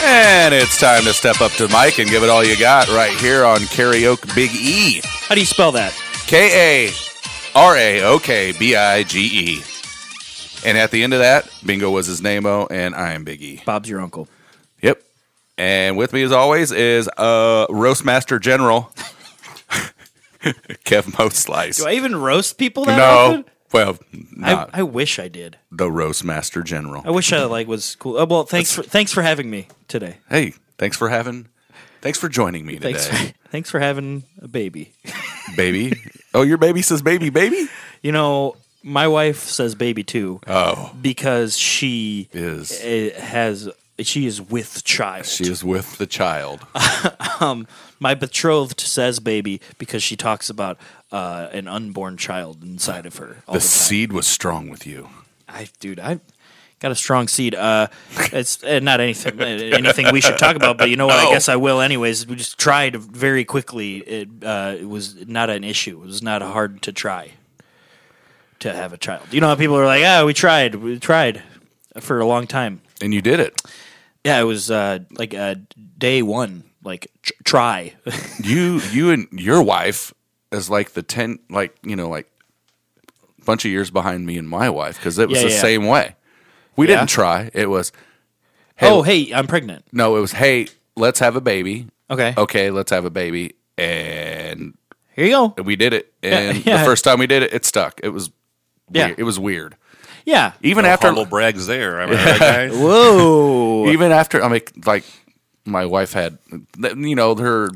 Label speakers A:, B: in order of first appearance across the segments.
A: And it's time to step up to the mic and give it all you got right here on Karaoke Big E.
B: How do you spell that?
A: K A R A O K B I G E. And at the end of that, Bingo was his name, oh, and I am Big E.
B: Bob's your uncle.
A: Yep. And with me, as always, is uh, Roastmaster General Kev Mo Slice.
B: Do I even roast people that
A: no,
B: often?
A: well, not
B: I, Oh. I wish I did.
A: the Roastmaster General.
B: I wish I like was cool. Oh, well, thanks for thanks for having me today.
A: Hey, thanks for having, thanks for joining me today,
B: Thanks for, thanks for having a baby.
A: baby. Oh, your baby says baby, baby.
B: You know, my wife says baby too
A: Oh,
B: because she
A: Is.
B: eh, has she is with child. Um,
A: she is with the child.
B: my betrothed says baby because she talks about uh, an unborn child inside of her. All
A: The
B: the time.
A: seed was strong with you.
B: I dude, I got a strong seed. Uh, it's uh, not anything uh, anything we should talk about, but you know what? I guess I will anyways. We just tried very quickly. It, uh, it was not an issue. It was not hard to try to have a child. You know how people are like, ah, we tried, we tried for a long time.
A: And you did it.
B: Yeah, it was uh, like uh, day one. Like tr- try,
A: You, you, and your wife is like the ten, like you know, like bunch of years behind me and my wife because it was
B: Yeah,
A: the
B: yeah.
A: same way. We
B: Yeah.
A: didn't try. It was
B: oh hey, I'm pregnant.
A: no. It was hey, let's have a baby.
B: Okay,
A: Okay, let's have a baby, and
B: here you go.
A: we did it. And
B: yeah.
A: the first time we did it, it stuck. It was,
B: Yeah.
A: weird. it was weird.
B: Yeah.
A: Even after
C: Humble brags there. Am I right, guys?
B: Whoa.
A: even after I mean, like my wife had, th- you know, her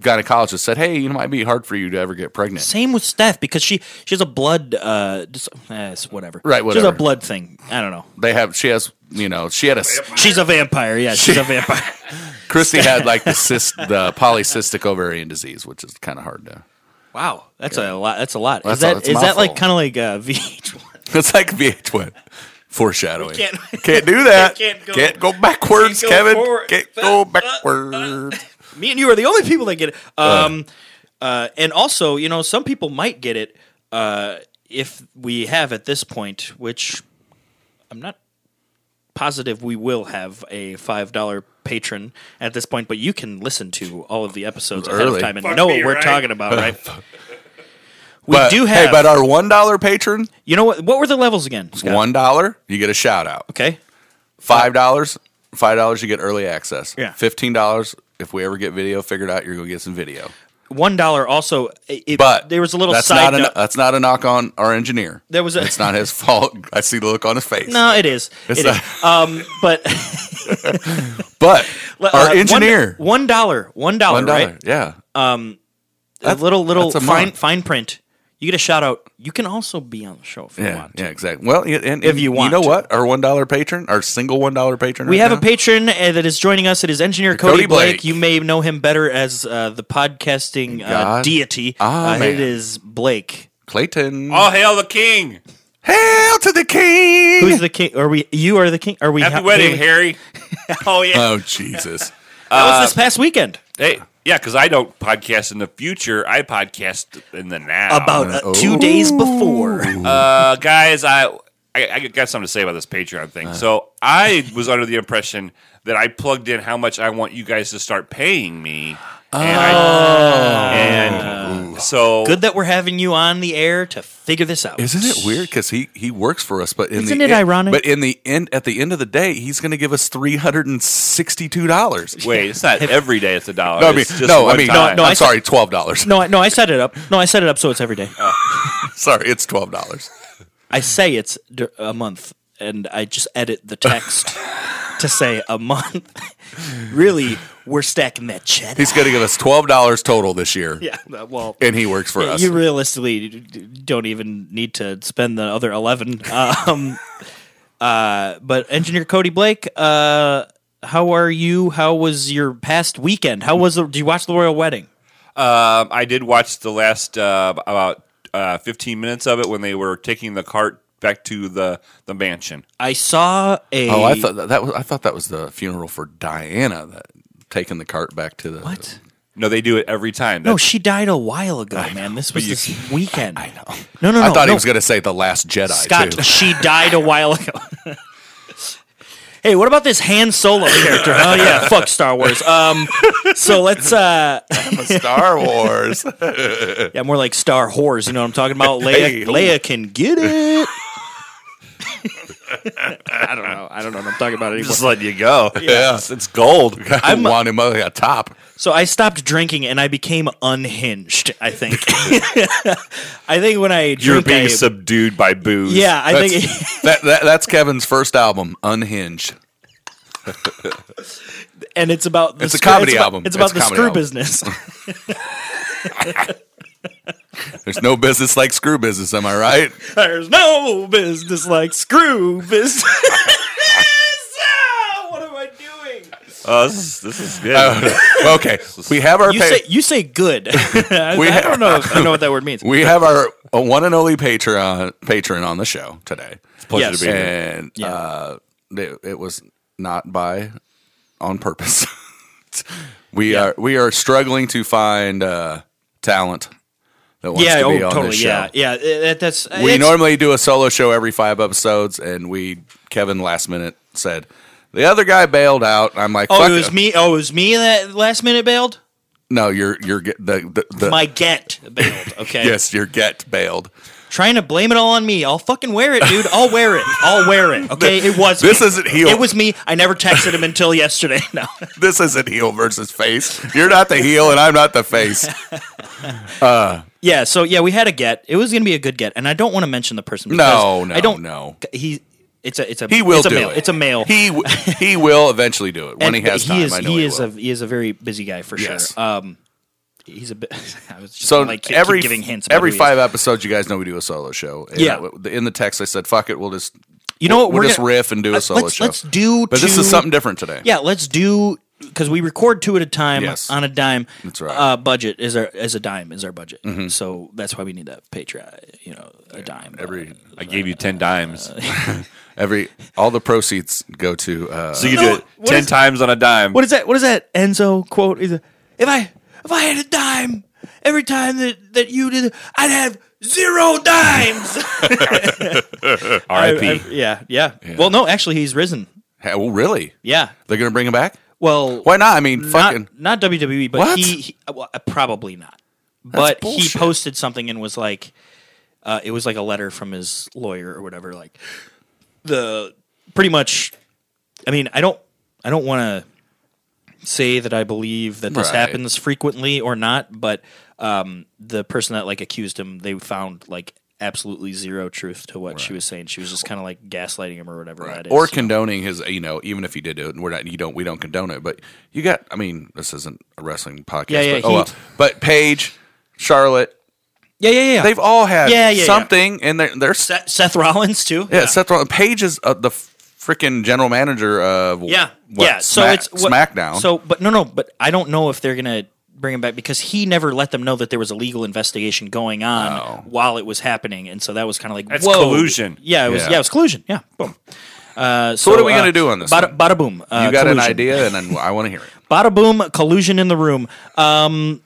A: gynecologist said, "Hey, it might be hard for you to ever get pregnant."
B: Same with Steph because she she has a blood uh dis- eh, it's whatever
A: Right,
B: She has
A: whatever.
B: a blood thing. I don't know.
A: They have, she has, you know, she had a s-
B: She's a vampire. Yeah, she's a vampire.
A: Christy had like the cyst, the polycystic ovarian disease, which is kind of hard to.
B: Wow, that's a lot. That's a lot.
A: That's
B: is
A: a-
B: that
A: that's
B: is
A: a
B: that like
A: mouthful.
B: kind of like uh, VH1?
A: It's like VH1 foreshadowing.
B: can't-
A: Can't do that.
B: We can't go-
A: backwards,
B: can't go
A: Kevin.
B: forward.
A: Can't go backwards.
B: Me and you are the only people that get it. Um, uh, and also, you know, some people might get it uh, if we have at this point, which I'm not positive we will have a five dollar patron at this point, but you can listen to all of the episodes ahead
A: Early.
B: of time and know what we're talking about, right? we
A: But,
B: do have.
A: Hey, but our one dollar patron,
B: you know what? What were the levels again? Scott?
A: one dollar, you get a shout out.
B: Okay.
A: Five dollars. Five dollars, you get early access.
B: Yeah.
A: Fifteen dollars. If we ever get video figured out, you're gonna get some video.
B: One dollar. Also, it,
A: But
B: there was a little
A: that's
B: side
A: not a,
B: note.
A: that's not a knock on our engineer.
B: There was a-
A: it's not his fault. I see the look on his face.
B: No, it is.
A: It's
B: It
A: not-
B: is. Um, but
A: But
B: uh,
A: our
B: one-
A: engineer,
B: one dollar, one dollar,
A: one dollar.
B: right?
A: Yeah.
B: A little little
A: that's a
B: fine
A: month.
B: fine print. You get a shout out. You can also be on the show if you
A: yeah.
B: want.
A: Yeah. Exactly. Well, and, and
B: If you want
A: you know
B: to.
A: what? Our one dollar patron, our single one dollar patron.
B: We
A: right
B: have a
A: now,
B: patron uh, that is joining us. It is engineer Cody,
A: Cody
B: Blake.
A: Blake.
B: You may know him better as uh, the podcasting uh,
A: God.
B: deity.
A: Ah,
B: uh,
A: man.
B: it is Blake.
A: Clayton.
B: Ah.
C: All hail the king.
A: Hail to the king!
B: Who's the king? Are we? You are the king? Are we?
C: Happy
B: ha- Uh,
C: wedding,
B: Haley-
C: Harry. oh yeah.
A: oh Jesus!
B: That was this past weekend.
C: hey, yeah, because I don't podcast in the future. I podcast in the now.
B: About uh, two days before.
C: uh, guys, I, I I got something to say about this Patreon thing. so I was under the impression that I plugged in how much I want you guys to start paying me. And, I, and so
B: Oh. Good that we're having you on the air to figure this out.
A: Isn't it weird? Because he he works for us, but in
B: Isn't
A: the
B: it
A: en-
B: ironic?
A: But in the end, at the end of the day, he's going to give us three hundred and sixty-two dollars.
C: wait, it's not every day. It's a dollar.
A: No, I mean,
C: It's just
A: no, I
C: one
A: mean,
C: time.
B: No,
A: I'm
B: I said-
A: sorry, twelve dollars.
B: No, I, no, I set it up. No, I set it up so it's every day.
A: sorry, it's twelve dollars.
B: I say it's d- a month, and I just edit the text to say a month. really, we're stacking that cheddar.
A: He's going to give us twelve dollars total this year,
B: yeah, uh, well,
A: and he works for us.
B: you realistically d- d- don't even need to spend the other eleven. Um, uh, but engineer Cody Blake, uh, how are you? How was your past weekend? How was the? Did you watch the royal wedding?
C: Um, I did watch the last uh, about uh, 15 minutes of it when they were taking the cart back to the, the mansion.
B: I saw a.
A: oh, I thought that, that was I thought that was the funeral for Diana that taking the cart back to the
B: What?
C: No, they do it every time.
B: No,
C: That's-
B: she died a while ago, man. This was
A: you-
B: this weekend. I
A: know.
B: No, no, no.
A: I thought
B: no.
A: he was going to say the Last Jedi.
B: Scott,
A: too.
B: she died a while ago. Hey, what about this Han Solo character? oh yeah, fuck Star Wars. Um, so let's. Uh,
A: Star Wars.
B: yeah, more like Star Whores. You know what I'm talking about? Leia,
A: Hey, who-
B: Leia can get it. I don't know. I don't know what I'm talking about anymore.
C: Just letting you go.
A: yeah.
C: It's, it's gold.
A: I want him a top.
B: So I stopped drinking and I became unhinged. I think. I think when I drink,
C: You're being
B: I-
C: subdued by booze.
B: yeah, I
A: That's,
B: think
A: that, that, that's Kevin's first album, Unhinged.
B: and it's about the
A: It's a
B: screw-
A: comedy
B: it's about-
A: album.
B: It's about
A: It's a comedy
B: the screw
A: album.
B: business.
A: There's no business like screw business, am I right?
B: There's no business like screw business. Ah, what am I doing?
C: Oh, this is, this is good.
B: Uh,
A: okay, we have our
B: You
A: pa-
B: say you say good. I,
A: We
B: I
A: have-
B: don't know. I don't know what that word means.
A: we have our uh, one and only patron patron on the show today,
C: Pleasure
B: yes.
C: to be here.
A: and
B: Yeah.
A: uh, it, it was not by on purpose. we are we are struggling to find uh, talent that wants
B: yeah.
A: to be
B: Oh,
A: on
B: totally.
A: this show.
B: Yeah. Yeah. That, that's
A: we
B: it's-
A: normally do a solo show every five episodes, and we Kevin last minute said the other guy bailed out. I'm like,
B: Oh,
A: Fuck
B: it was me. Oh, it was me that last minute bailed.
A: No, you're you're get the the, the
B: My get bailed. Okay.
A: yes, you're get bailed.
B: Trying to blame it all on me. I'll fucking wear it, dude. I'll wear it. I'll wear it. Okay. It was.
A: This
B: me.
A: isn't heel.
B: It was me. I never texted him until yesterday. No.
A: This isn't heel versus face. You're not the heel, and I'm not the face.
B: Yeah, so yeah, we had a get. It was going to be a good get, and I don't want to mention the person.
A: No,
B: because
A: no,
B: I don't
A: no.
B: He, it's a, it's a.
A: He will
B: it's a
A: do
B: male.
A: it.
B: It's a male.
A: He w- he will eventually do it when
B: And
A: he has
B: he
A: time.
B: Is,
A: I know
B: he,
A: he,
B: is
A: will.
B: a he is a very busy guy for
A: Yes.
B: sure. Um, he's a bit. I was just
A: so
B: like keep- keep
A: every
B: giving hints. About
A: every
B: who he is.
A: five episodes, you guys know we do a solo show. And
B: Yeah.
A: I- in the text, I said, "Fuck it, we'll just
B: You know what?
A: we'll
B: We're
A: just
B: gonna-
A: riff and do a
B: let's-
A: solo
B: let's-
A: show."
B: let's do
A: But this
B: two-
A: is something different today.
B: Yeah, let's do because we record two at a time
A: Yes.
B: on a dime.
A: That's right. Mm-hmm.
B: Uh, budget is our is a dime is our budget. So that's why we need that Patreon. You know, a dime
A: Every
C: I gave you 10 dimes.
A: every all the proceeds go to uh,
C: So you do it
B: what
C: 10
B: is-
C: times on a dime.
B: What is that? What is that Enzo quote? Is it, if I if I had a dime every time that that you did, it, I'd have zero dimes.
C: RIP.
B: I- I- yeah, yeah, Well, no, actually, he's risen.
A: oh, really.
B: Yeah.
A: They're gonna bring him back.
B: Well,
A: Why not? I mean, fucking.
B: not Uh, not WWE, but
A: What?
B: he, he- well, uh, probably not. But he
A: bullshit.
B: posted something and was like, uh, it was like a letter from his lawyer or whatever. Like the pretty much. I mean, I don't, I don't want to say that I believe that this
A: Right.
B: happens frequently or not, but um, the person that like accused him, they found like absolutely zero truth to what she was saying. She was just kind of like gaslighting him or whatever that is.
A: or condoning his you know even if he did do it and we're not you don't we don't condone it but you got i mean this isn't a wrestling podcast
B: Yeah, yeah,
A: but, oh well.
B: he-
A: but paige charlotte
B: yeah, yeah, yeah.
A: they've all had
B: Yeah, yeah, yeah.
A: something and they're they're set
B: Seth, Seth Rollins too.
A: yeah, Seth Rollins. Paige is uh, the freaking general manager of
B: Yeah,
A: what,
B: yeah. So
A: Smack-
B: it's what-
A: SmackDown.
B: So, but no, no. But I don't know if they're gonna bring him back because he never let them know that there was a legal investigation going on while it was happening, and so that was kind of like
C: That's
B: whoa.
C: collusion.
B: Yeah, it was.
A: Yeah.
B: Yeah, it was collusion. Yeah, boom. Uh, so,
A: what are we
B: uh,
A: gonna do on this
B: Bada, bada boom. Uh,
A: you got an
B: collusion.
A: idea, and then I want to hear it.
B: Bada boom. Collusion in the room. Um,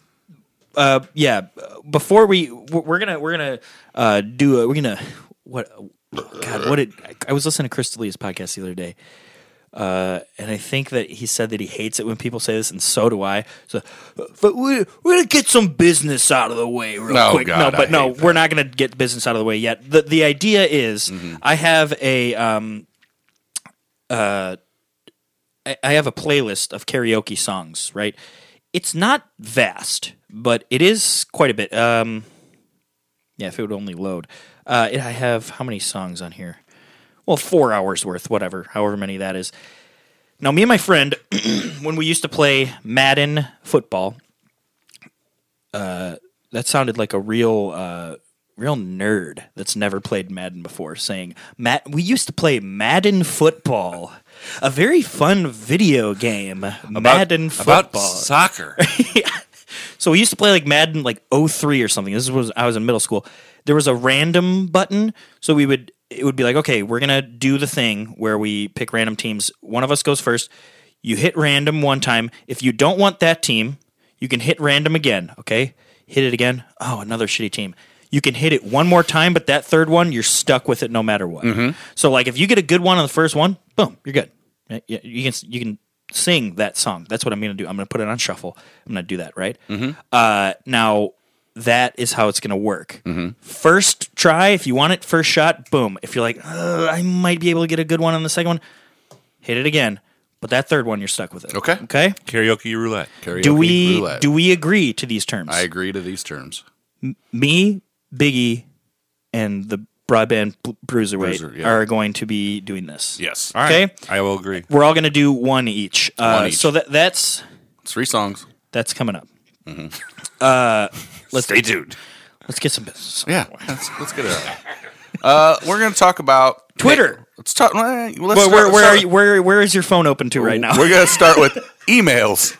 B: uh, yeah. Before we, we're gonna, we're gonna uh, do. A, we're gonna what? God, what did I was listening to Chris D'Elia's podcast the other day uh, and I think that he said that he hates it when people say this, and so do I. So, but we're, we're gonna get some business out of the way real
A: No,
B: quick.
A: Oh, God,
B: no, but
A: I
B: no,
A: hate
B: we're not gonna get business out of the way yet. the The idea is,
A: Mm-hmm.
B: I have a um, uh, I, I have a playlist of karaoke songs. Right, it's not vast, but it is quite a bit. Um, yeah, if it would only load. Uh, it, I have how many songs on here? Well, four hours worth, whatever, however many that is. Now, me and my friend, when we used to play Madden football, uh, that sounded like a real, uh, real nerd that's never played Madden before. Saying, "Matt, we used to play Madden football, a very fun video game. Madden football."
C: About soccer.
B: So we used to play like Madden like 03 or something. This was I was in middle school. There was a random button, so we would it would be like, okay, we're gonna do the thing where we pick random teams. One of us goes first. You hit random one time. If you don't want that team, you can hit random again. Okay, hit it again. Oh, another shitty team. You can hit it one more time, but that third one, you're stuck with it no matter what. So, like, if you get a good one on the first one, boom, you're good. Uh, yeah, You can you can sing that song. That's what I'm going to do. I'm going to put it on shuffle. I'm going to do that right.
A: Mm-hmm.
B: Uh, now that is how it's going to work.
A: Mm-hmm.
B: First try, if you want it, first shot, boom. If you're like, "Ugh, I might be able to get a good one on the second one, hit it again. But that third one, you're stuck with it.
A: Okay.
B: Okay.
C: Karaoke roulette.
B: Do
A: Karaoke
B: we
A: roulette.
B: do we agree to these terms?
A: I agree to these terms.
B: me, Biggie, and the broadband bl- bruiserweight
A: Bruiser, yeah.
B: are going to be doing this.
A: Yes.
C: All right.
B: Okay.
C: I will agree.
B: We're all going to do one each. Uh,
A: One each.
B: So that that's
A: Three songs.
B: that's coming up. Uh,
C: Let's Stay tuned.
B: Let's get some business.
A: Yeah. Let's, let's get it out. Uh, we're going to talk about
B: Twitter.
A: Let's talk. well, Let's
B: But
A: start-
B: where where are
A: start-
B: you, where where is your phone open to right now?
A: We're going to start with emails.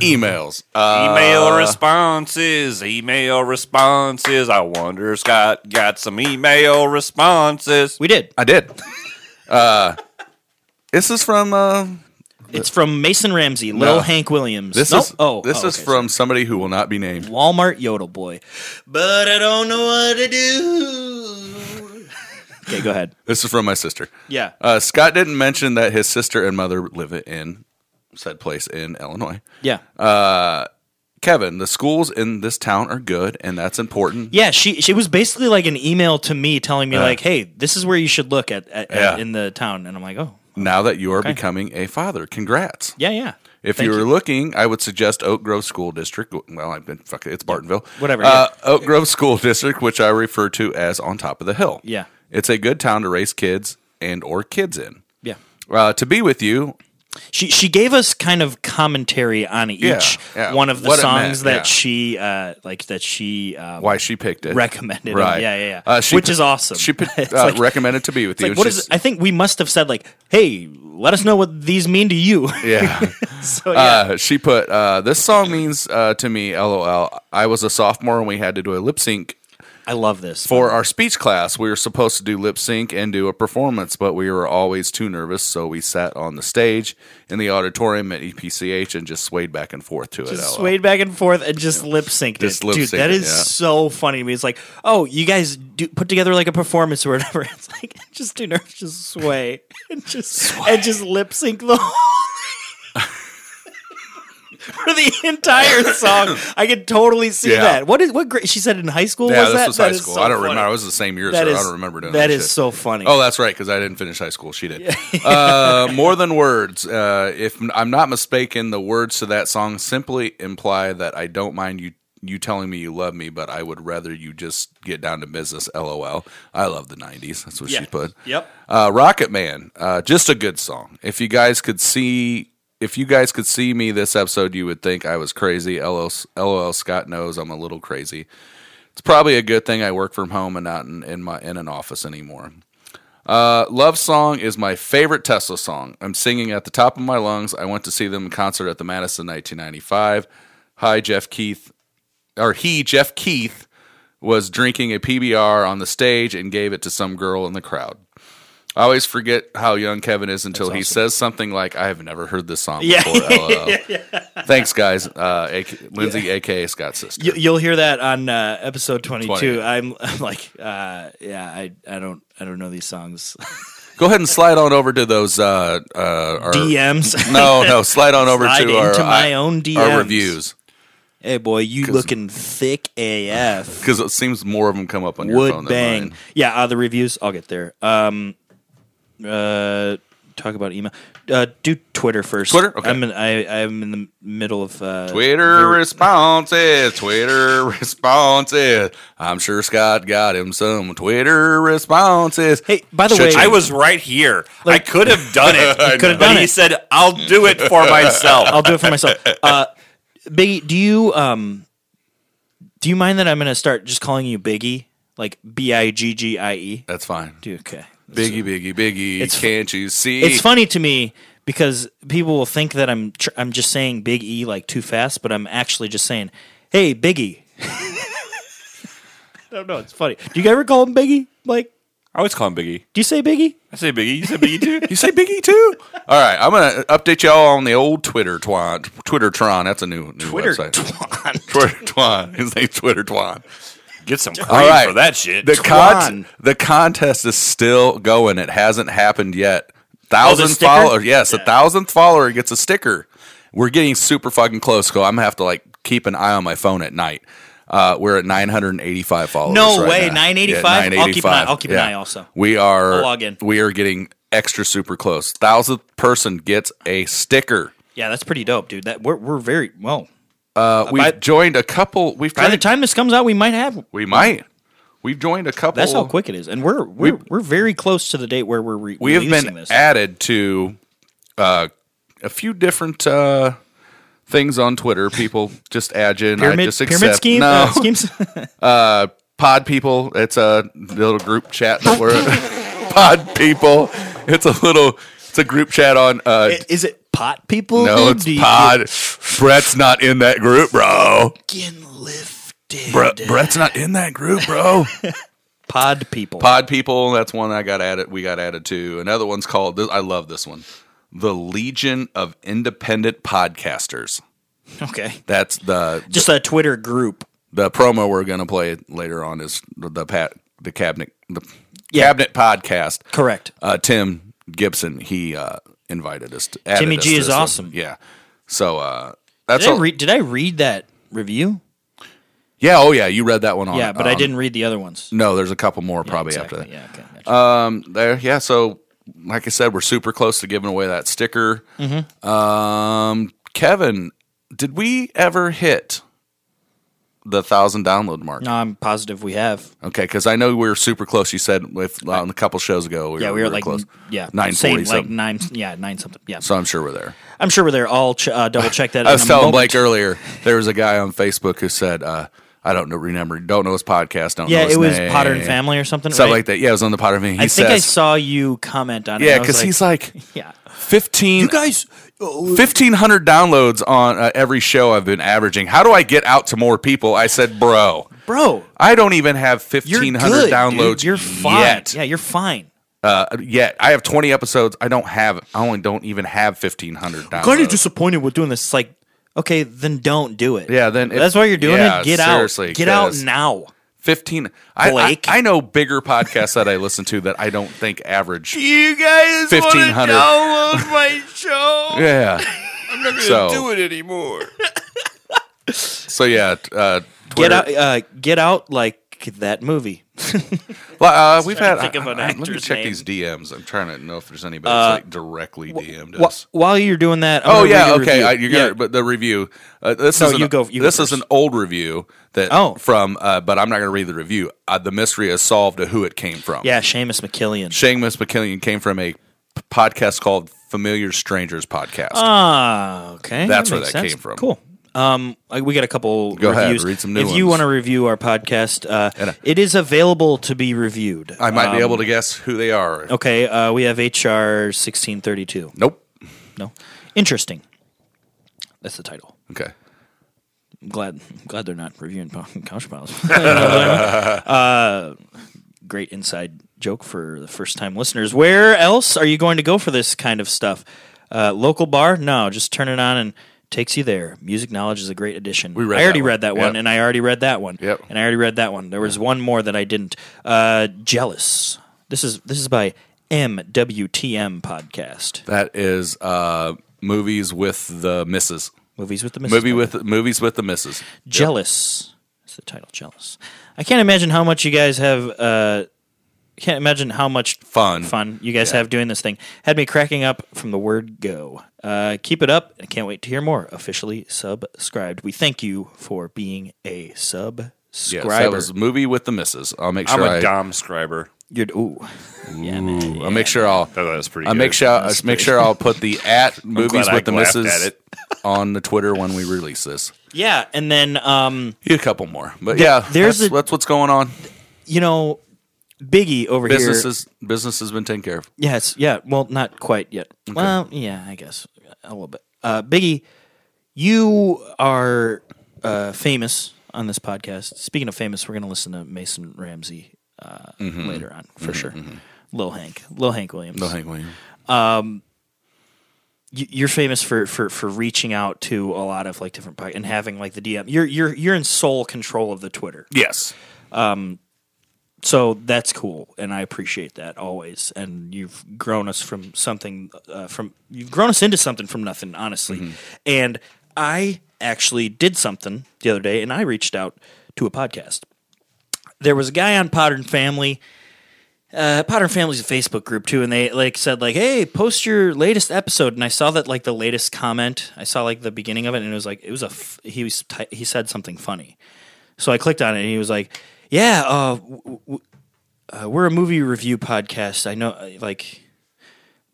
A: Emails. Uh,
C: Email responses, email responses. I wonder if Scott got some email responses.
B: We did.
A: I did. Uh, this is from uh,
B: It's from Mason Ramsey, Little
A: No.
B: Hank Williams.
A: this
B: Nope.
A: is
B: oh
A: this
B: oh,
A: is
B: okay,
A: from somebody who will not be named.
B: Walmart Yodel Boy. But I don't know what to do. okay, go ahead.
A: This is from my sister.
B: Yeah.
A: Uh, Scott didn't mention that his sister and mother live in said place in Illinois.
B: yeah.
A: Kevin, the schools in this town are good, and that's important.
B: Yeah, she she was basically like an email to me telling me like, "Hey, this is where you should look at, at,
A: Yeah.
B: at in the town," and I'm like, "Oh,
A: Now that you are becoming a father, congrats.
B: yeah, yeah."
A: If
B: Thank
A: you were looking, I would suggest Oak Grove School District. Well, I've been fuck it, it's Bartonville.
B: Whatever,
A: Uh, Oak Grove School District, which I refer to as on top of the hill.
B: Yeah.
A: It's a good town to raise kids and or kids in.
B: yeah.
A: Uh, to be with you,
B: She she gave us kind of commentary on each
A: Yeah, yeah.
B: one of the
A: What it
B: songs
A: meant,
B: that
A: yeah.
B: she uh like that she um,
A: why she picked it.
B: recommended.
A: Right.
B: Right. Yeah, yeah, yeah.
A: Uh, she
B: Which
A: pi-
B: is awesome.
A: She pi-
B: It's
A: uh,
B: like-
A: recommended to be with
B: it's
A: you.
B: like,
A: and
B: what is?
A: she's-
B: it? I think we must have said like, "Hey, let us know what these mean to you."
A: yeah.
B: so yeah.
A: Uh, she put uh, this song means uh, to me. LOL. I was a sophomore and we had to do a lip sync
B: I love this.
A: for our speech class. We were supposed to do lip sync and do a performance, but we were always too nervous, so we sat on the stage in the auditorium at E EPCH and just swayed back and forth to it.
B: just
A: LOL.
B: swayed back and forth and just lip synced it.
A: uh, Just
B: Dude,
A: lip-synced
B: that
A: it,
B: is
A: yeah.
B: so funny to me. It's like, oh, you guys do, put together like a performance or whatever. It's like just do nerves, just sway and just and just lip sync the whole for the entire song. I could totally see
A: Yeah.
B: that. What is what? Gra- she said in high school.
A: yeah,
B: was
A: this
B: that?
A: was
B: That
A: high
B: is
A: school.
B: so
A: I don't
B: funny.
A: remember. I was the same year,
B: That
A: so
B: is-
A: I don't remember doing that.
B: that is
A: shit.
B: so funny.
A: Oh, that's right, because I didn't finish high school. She did. uh, more than words. Uh, if I'm not mistaken, the words to that song simply imply that I don't mind you you telling me you love me, but I would rather you just get down to business. LOL. I love the '90s. That's what
B: Yeah.
A: she put.
B: Yep.
A: Uh, Rocket Man, uh, just a good song. If you guys could see, if you guys could see me this episode, you would think I was crazy. LOL, LOL Scott knows I'm a little crazy. It's probably a good thing I work from home and not in, in my in an office anymore. Uh, Love Song is my favorite Tesla song. I'm singing at the top of my lungs. I went to see them in concert at the Madison 1995. Hi, Jeff Keith, or he, Jeff Keith, was drinking a PBR on the stage and gave it to some girl in the crowd. I always forget how young Kevin is until he says something like, I have never heard this song
B: Yeah.
A: before. LOL. Thanks, guys. Uh, AK, Lindsay, aka Scott's sister.
B: You, you'll hear that on uh, episode 22.
A: 20.
B: I'm, I'm like, uh, yeah, I, I don't, I don't know these songs.
A: Go ahead and slide on over to those. Uh, uh, our,
B: DMs.
A: no, no, slide on over
B: Slide
A: to our,
B: into my
A: I-
B: own
A: our
B: DMs.
A: reviews.
B: Hey, boy, you looking thick AF.
A: because it seems more of them come up on your phone
B: Wood
A: than
B: bang.
A: mine.
B: Yeah, uh, the reviews. I'll get there. Um, uh, talk about email. Uh, do Twitter first.
A: Twitter? Okay.
B: I'm in, I, I'm in the middle of uh,
A: Twitter responses, Twitter responses. I'm sure Scott got him some Twitter responses.
B: Hey, by the
A: Shut
B: way,
A: your-
C: I was right here.
B: Like-
C: I could have done it. I
B: could have
C: but
B: done
C: he
B: it.
C: said, I'll do it for myself.
B: I'll do it for myself. Uh, Biggie, do you um, do you mind that I'm gonna start just calling you Biggie, like B I G G I E?
A: That's fine.
B: Dude, okay.
A: Biggie, biggie, biggie.
B: It's-
A: can't you see?
B: It's funny to me because people will think that I'm tr- I'm just saying Big E like too fast, but I'm actually just saying, "Hey, Biggie." I don't know. It's funny. Do you ever call him Biggie? Like,
C: I always call him Biggie.
B: do you say Biggie?
C: I say Biggie. You say Biggie too?
A: You say Biggie too? All right, I'm gonna update y'all on the old Twitter twine, Twitter Tron. That's a new, new
B: Twitter
A: website. Twitter twine. His name's Twitter twine.
C: Get some cream
A: All right.
C: for that shit.
A: The,
C: Tw-
A: con-
B: Twan.
A: the contest is still going. It hasn't happened yet. thousand
B: Oh, sticker?
A: follower. Yes, a thousandth follower gets a sticker. We're getting super fucking close. So I'm gonna have to like keep an eye on my phone at night. Uh, we're at 985 followers.
B: No
A: right
B: way,
A: now.
B: 985? I'll keep an eye- I'll keep an eye also.
A: We are.
B: I'll log in.
A: We are getting extra super close. Thousandth person gets a sticker.
B: Yeah, that's pretty dope, dude. That we're we're very well.
A: Uh, we've
B: by-
A: joined a couple. We've
B: By the
A: tried.
B: time this comes out, we might have.
A: we might. We've joined a couple.
B: That's how quick it is, and we're we're we're very close to the date where we're re-
A: we have
B: releasing
A: been
B: this.
A: added to uh, a few different uh, things on Twitter. People just add you, and I
B: pyramid
A: just accept.
B: pyramid scheme
A: No,
B: uh, schemes.
A: pod people. It's a little group chat. That we're pod people. It's a little. It's a group chat on. Uh,
B: is it pot people?
A: no,
B: dude?
A: it's
B: Do you-
A: pod. Brett's not in that group, bro.
B: Getting lifted.
A: Bre- Brett's not in that group, bro.
B: Pod people.
A: Pod People. That's one I got added. We got added to. Another one's called. I love this one. The Legion of Independent Podcasters.
B: Okay,
A: That's the
B: just a Twitter group.
A: the promo we're gonna play later on is the pat the cabinet the cabinet podcast.
B: Correct.
A: Uh, Tim Gibson he uh, invited us. To, added
B: Timmy
A: us
B: G
A: to
B: is
A: this one.
B: awesome.
A: Yeah. So uh, that's
B: Did I
A: all.
B: read? Did I read that review?
A: yeah. Oh yeah, you read that one on.
B: Yeah, but I
A: on-
B: didn't read the other ones.
A: No, there's a couple more probably after that.
B: Yeah. Okay. gotcha.
A: Um, there, yeah. So, like I said, we're super close to giving away that sticker.
B: Mm-hmm.
A: Um, Kevin, did we ever hit the thousand download mark?
B: no, I'm positive we have.
A: Okay, because I know we were super close. You said with on a couple shows ago.
B: Yeah, we were like
A: close.
B: yeah,
A: nine forty
B: same, like
A: something.
B: nine. Yeah, nine something. Yeah,
A: so I'm sure we're there.
B: I'm sure we're there. I'll ch- uh, double check that.
A: I
B: in
A: was
B: a
A: telling
B: moment.
A: Blake earlier there was a guy on Facebook who said, uh, "I don't know, remember, don't know his podcast, don't
B: Yeah,
A: know his
B: it was
A: name.
B: Potter and Family or something.
A: something
B: right?
A: like that." Yeah, it was on the Potter and Family. He
B: I think I
A: says,
B: saw you comment on it.
A: "Yeah,"
B: and I was
A: because
B: like,
A: he's like
B: yeah,
A: fifteen.
B: guys. uh,
A: Fifteen hundred downloads on uh, every show I've been averaging. How do I get out to more people? I said, bro,
B: Bro,
A: I don't even have
B: you're
A: fifteen
B: good,
A: hundred
B: dude.
A: downloads.
B: You're fine.
A: Yet.
B: Yeah, you're fine.
A: Uh, yet I have twenty episodes. I don't have. I only don't even have fifteen hundred downloads.
B: Kind of disappointed with doing this. It's like, okay, then don't do it.
A: Yeah, then if-
B: that's why you're doing
A: yeah,
B: it. Get
A: seriously,
B: out. Get out
A: 'cause-
B: now.
A: fifteen. I, I
B: Blake.
A: I know bigger podcasts that I listen to that I don't think average.
C: You guys want to
A: 1500.
C: download my show?
A: Yeah.
C: I'm not going to
A: So-
C: do it anymore.
A: So yeah. t- Uh,
B: Get
A: Twitter.
B: out. Uh, get out like that movie.
A: Uh, we've had.
B: think of an
A: I- I- let me
B: actor's
A: check
B: name.
A: these DMs. I'm trying to know if there's anybody that's like directly DM'd
B: Uh, Wh-
A: us.
B: while you're doing that, I'm
A: Oh
B: gonna read
A: yeah,
B: your
A: okay.
B: review.
A: I, you're
B: Yeah.
A: gonna, but the review. Uh, this
B: No,
A: is an,
B: you go- you go
A: This is
B: first.
A: an old review that
B: Oh.
A: from, uh, but I'm not going to read the review. Uh, the mystery is solved of who it came from.
B: yeah, Seamus McKillian.
A: Seamus McKillian came from a p- podcast called Familiar Strangers Podcast.
B: Ah, okay.
A: That's where
B: makes
A: that came from.
B: Cool. Um, I- we got a couple
A: Go ahead,
B: reviews.
A: read some new
B: if you
A: ones.
B: want to review our podcast, uh,
A: And I-
B: it is available to be reviewed.
A: I might
B: Um,
A: be able to guess who they are.
B: Okay, uh, we have HR sixteen thirty two.
A: Nope.
B: No, interesting. That's the title.
A: Okay.
B: I'm glad. I'm glad they're not reviewing po- couch piles. uh, great inside joke for the first time listeners. Where else are you going to go for this kind of stuff? Uh, local bar? No, just turn it on and takes you there. Music knowledge is a great addition.
A: We read
B: I
A: that
B: already
A: one.
B: read that
A: Yep.
B: one, and I already read that one.
A: Yep.
B: And I already read that one. There was one more that I didn't. Uh, Jealous. This is this is by MWTM podcast.
A: That is uh, movies with the misses.
B: Movies with the Mrs.
A: Movie with movies with the misses.
B: Jealous. That's the title. Jealous. I can't imagine how much you guys have. Uh, can't imagine how much
A: Fun.
B: fun you guys have doing this thing. Had me cracking up from the word go. Uh, keep it up. I can't wait to hear more. Officially subscribed. We thank you for being a subscriber.
A: Yes, that was movie with the misses. I'll make
C: I'm
A: sure
C: a
A: I-
C: Dom Scriber.
B: You're, ooh. Yeah, man.
A: I'll make sure I'll
C: That was pretty
A: I Uh,
C: good.
A: make sure I make sure I'll put the at movies
C: glad I
A: with the
C: laughed
A: misses
C: at it.
A: on the Twitter when we release this.
B: Yeah, and then um,
A: A couple more, but yeah,
B: there's
A: that's,
B: a-
A: that's what's going on.
B: you know, Biggie over
A: Business
B: here.
A: is business has been taken care of.
B: Yes, yeah. Well, not quite yet. Well, yeah, I guess a little bit. Uh, Biggie, you are uh, famous on this podcast. Speaking of famous, we're going to listen to Mason Ramsey uh, later on for sure. Lil Hank, Lil Hank Williams.
A: Hank Williams.
B: You- You're famous for, for, for reaching out to a lot of like different pod- and having like the DM. You're you're you're in sole control of the Twitter.
A: Yes,
B: so that's cool, and I appreciate that always. And you've grown us from something uh, from you've grown us into something from nothing, honestly. And I actually did something the other day, and I reached out to a podcast. There was a guy on Potter and Family. Uh, Potter and Family's a Facebook group too, and they like said like, "Hey, post your latest episode." And I saw that like the latest comment. I saw like the beginning of it, and it was like it was a f- he was ty- he said something funny. So I clicked on it, and he was like, "Yeah, uh, w- w- uh, we're a movie review podcast. I know, uh, like,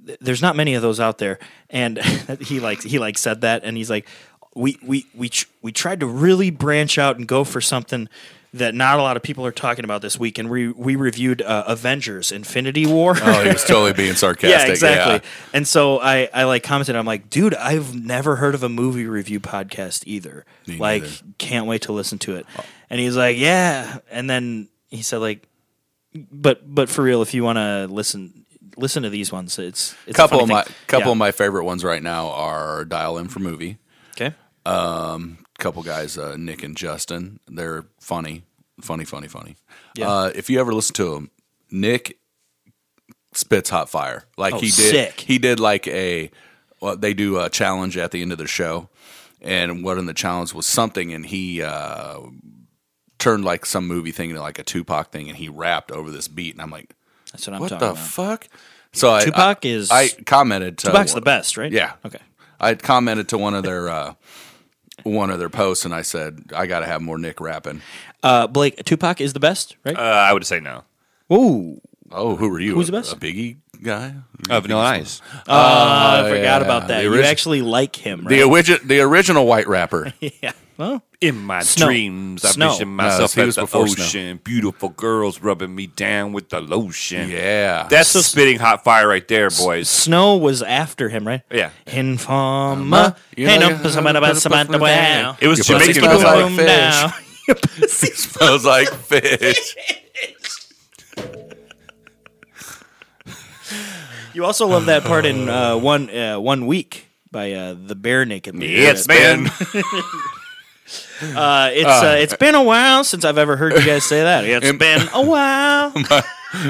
B: th- there's not many of those out there." And he like he like said that, and he's like, "We we we tr- we tried to really branch out and go for something." That not a lot of people are talking about this week, and we we reviewed uh, Avengers: Infinity War.
A: Oh, he was totally being sarcastic.
B: Yeah, exactly. And so I, I like commented. I'm like, dude, I've never heard of a movie review podcast either.
A: Me
B: like,
A: neither.
B: can't wait to listen to it. And he's like, yeah. And then he said, like, but but for real, if you want to listen listen to these ones, it's, it's a
A: couple
B: funny
A: of my
B: thing.
A: couple
B: Yeah.
A: of my favorite ones right now are Dial In for Movie.
B: okay.
A: couple guys, uh, Nick and Justin. They're funny, funny, funny, funny.
B: Yeah.
A: Uh, if you ever listen to him, Nick spits hot fire. Like he did.
B: Oh, sick.
A: He did like a. Well, they do a challenge at the end of the show, and what in the challenge was something, and he uh, turned like some movie thing into like a Tupac thing, and he rapped over this beat, and I'm like,
B: That's what I'm
A: what the
B: talking about.
A: fuck? So I-
B: Tupac
A: I,
B: is-
A: I commented. To
B: Tupac's the best, right?
A: Yeah.
B: Okay.
A: I had commented to one of their uh, one of their posts, and I said, "I got to have more Nick rapping."
B: Uh, Blake, Tupac is the best, right?
C: Uh, I would say no.
A: Uh,
B: Ooh,
A: Oh, who are you?
B: Who's
A: a,
B: the best?
A: A Biggie guy?
C: Uh, Vanilla Ice.
B: I forgot about that.
A: Oh, the
B: You
A: orig-
B: actually like him,
A: The
B: right?
A: original, the original white rapper.
B: yeah. Well,
C: In my
B: Snow.
C: dreams, I
B: Snow.
C: vision
B: No,
C: myself
A: he
C: at
A: was
C: the
A: before Snow.
C: ocean. Beautiful girls rubbing me down with the lotion.
A: Yeah,
C: That's the spitting hot fire right there, boys.
B: Snow was after him, right?
C: Yeah.
B: Informa.
A: You
B: Hey,
A: know,
B: no,
A: you-
B: somebody about somebody wow.
C: It was
A: Your pussy
C: Jamaican
A: smells
C: vanilla.
A: like fish.
B: now. Your pussy smells-
A: smells like fish.
B: you also love that part in uh, one uh, one week by uh, the Bare Naked Ladies.
C: It's been.
B: Uh, it's uh, it's been a while since I've ever heard you guys say that. It's been a while.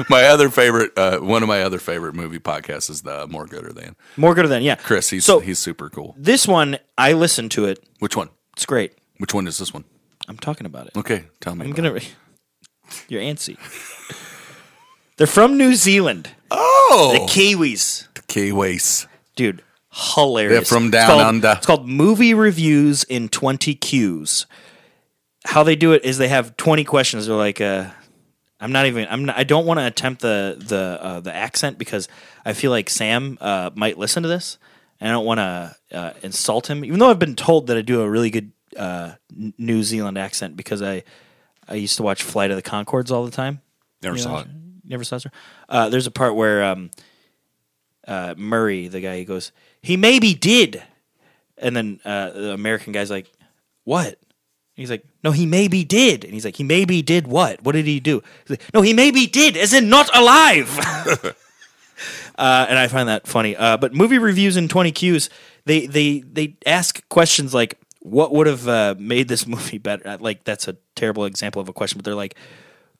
A: my other favorite, uh, one of my other favorite movie podcasts is the More Gooder Than
B: More good than yeah.
A: Chris. He's
B: so
A: he's super cool.
B: this one I listened to it.
A: Which one?
B: It's great.
A: Which one is this one?
B: I'm talking about it.
A: Okay, tell me.
B: I'm
A: about it.
B: gonna. You're antsy. They're from New Zealand. The
A: Oh,
B: Kiwis.
A: Kiwis.
B: dude hilarious
A: They're from
B: It's
A: down
B: called-
A: under.
B: it's called movie reviews in 20 cues how they do it is they have 20 questions they're like uh I'm not even. I'm. Not, I don't want to attempt the the uh, the accent because I feel like Sam uh, might listen to this, and I don't want to uh, insult him. Even though I've been told that I do a really good uh, N- New Zealand accent because I I used to watch Flight of the Concords all the time.
C: Never saw it.
B: Never saw her. Uh, there's a part where um, uh, Murray, the guy, he goes, "He maybe did," and then uh, the American guy's like, "What?" And he's like, "No, he maybe did," and he's like, "He maybe did what? What did he do?" He's like, no, he maybe did, as in not alive. Uh, and I find that funny. Uh, but movie reviews in 20 Qs, they they they ask questions like, "What would have uh, made this movie better?" Uh, Like that's a terrible example of a question, but they're like,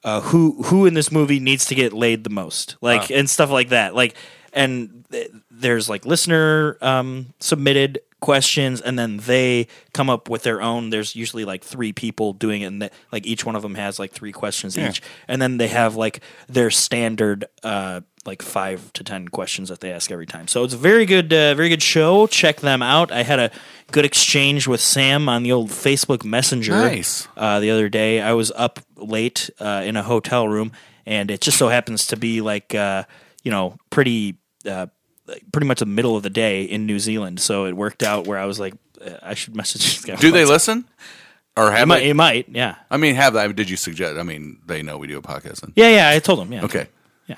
B: uh, "Who who in this movie needs to get laid the most?" Like and stuff like that. Like and th- there's like listener um, submitted questions and then they come up with their own there's usually like three people doing it and that like each one of them has like three questions each and then they have like their standard uh like five to ten questions that they ask every time so it's a very good uh, very good show check them out i had a good exchange with sam on the old facebook messenger
A: Nice.
B: uh, the other day i was up late uh, in a hotel room and it just so happens to be like uh you know pretty uh pretty much the middle of the day in New Zealand. So it worked out where I was like, uh, I should message this guy.
A: Do they listen? Or
B: It
A: have
B: might,
A: I?
B: it might, yeah,
A: I mean, have I? Did you suggest? I mean, they know we do a podcast. Then.
B: yeah, yeah. I told him, yeah.
A: Okay.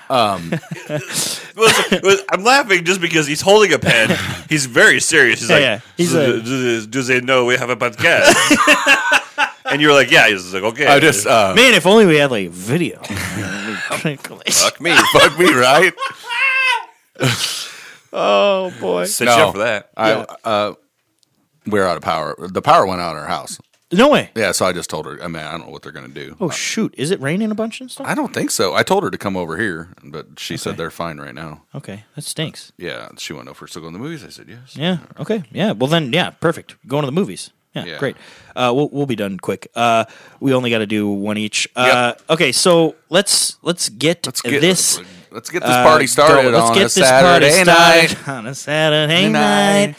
A: Um,
C: Listen, listen, I'm laughing just because he's holding a pen. He's very serious. He's
B: Yeah,
C: like,
B: yeah. He's
C: "Do-
B: a-
C: do, do they know we have a podcast? and you're like, yeah. He's like, okay.
A: I just uh,
B: Man, if only we had like video. oh
C: fuck me.
A: fuck me right.
B: boy,
C: Set you up for that.
B: Oh,
A: I, uh, we're out of power. The power went out in our house.
B: No way.
A: Yeah, so I just told her. I mean, I don't know what they're gonna do.
B: Oh shoot! Is it raining a bunch and stuff?
A: I don't think so. I told her to come over here, but she said they're fine right now.
B: Okay, that stinks.
A: Yeah, she wanted to know if we're still going to the movies. I said yes.
B: Yeah. Okay. Yeah. Well, then, yeah. Perfect. Going to the movies. Yeah.
A: Yeah.
B: Great. Uh, we'll we'll be done quick. Uh, we only got to do one each. Uh, Okay. So let's let's get
A: Let's get
B: this.
A: Let's, get this party
B: uh,
A: started
B: go- let's
A: on
B: get
A: a
B: this
A: Saturday
B: party started
A: night.
B: On a Saturday
A: Night.
B: night.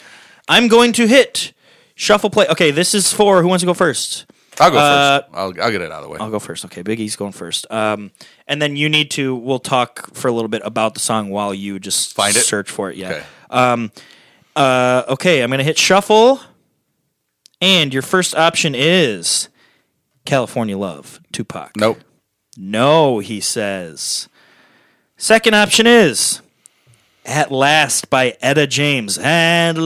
B: I'm going to hit shuffle play. Okay, this is for who wants to go first.
A: I'll go
B: Uh,
A: first. I'll, I'll get it out of the way.
B: I'll go first. Okay, Biggie's going first. Um, and then you need to. We'll talk for a little bit about the song while you just
A: Find it?
B: search for it. Yeah.
A: Okay.
B: Uh, okay, I'm gonna hit shuffle, and your first option is California Love, Tupac.
A: Nope.
B: No, he says. Second option is At Last by Etta James. At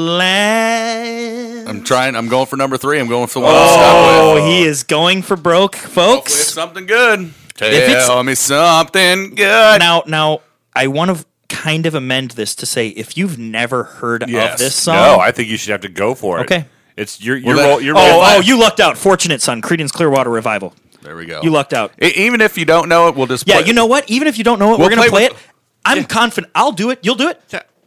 B: last.
A: I'm trying. I'm going for number three. I'm going for the one I'll stop with.
B: Oh, he is going for broke,
A: Hopefully it's
B: folks.
A: something good.
B: it's-
A: Tell me something good.
B: Now, now I want to kind of amend this to say if you've never heard of
A: Yes.
B: this song,
C: No, I think you should have to go for it.
B: Okay.
C: It's your your
A: that-
C: role. Your
B: oh,
C: role.
B: oh, you lucked out. Fortunate Son, Credence Clearwater Revival.
A: There we go.
B: You lucked out.
A: E- even if you don't know it, we'll just
B: Yeah,
A: play-
B: you know what? Even if you don't know it, we're gonna play
A: play
B: it.
A: with-
B: I'm confident. I'll do it. You'll do it.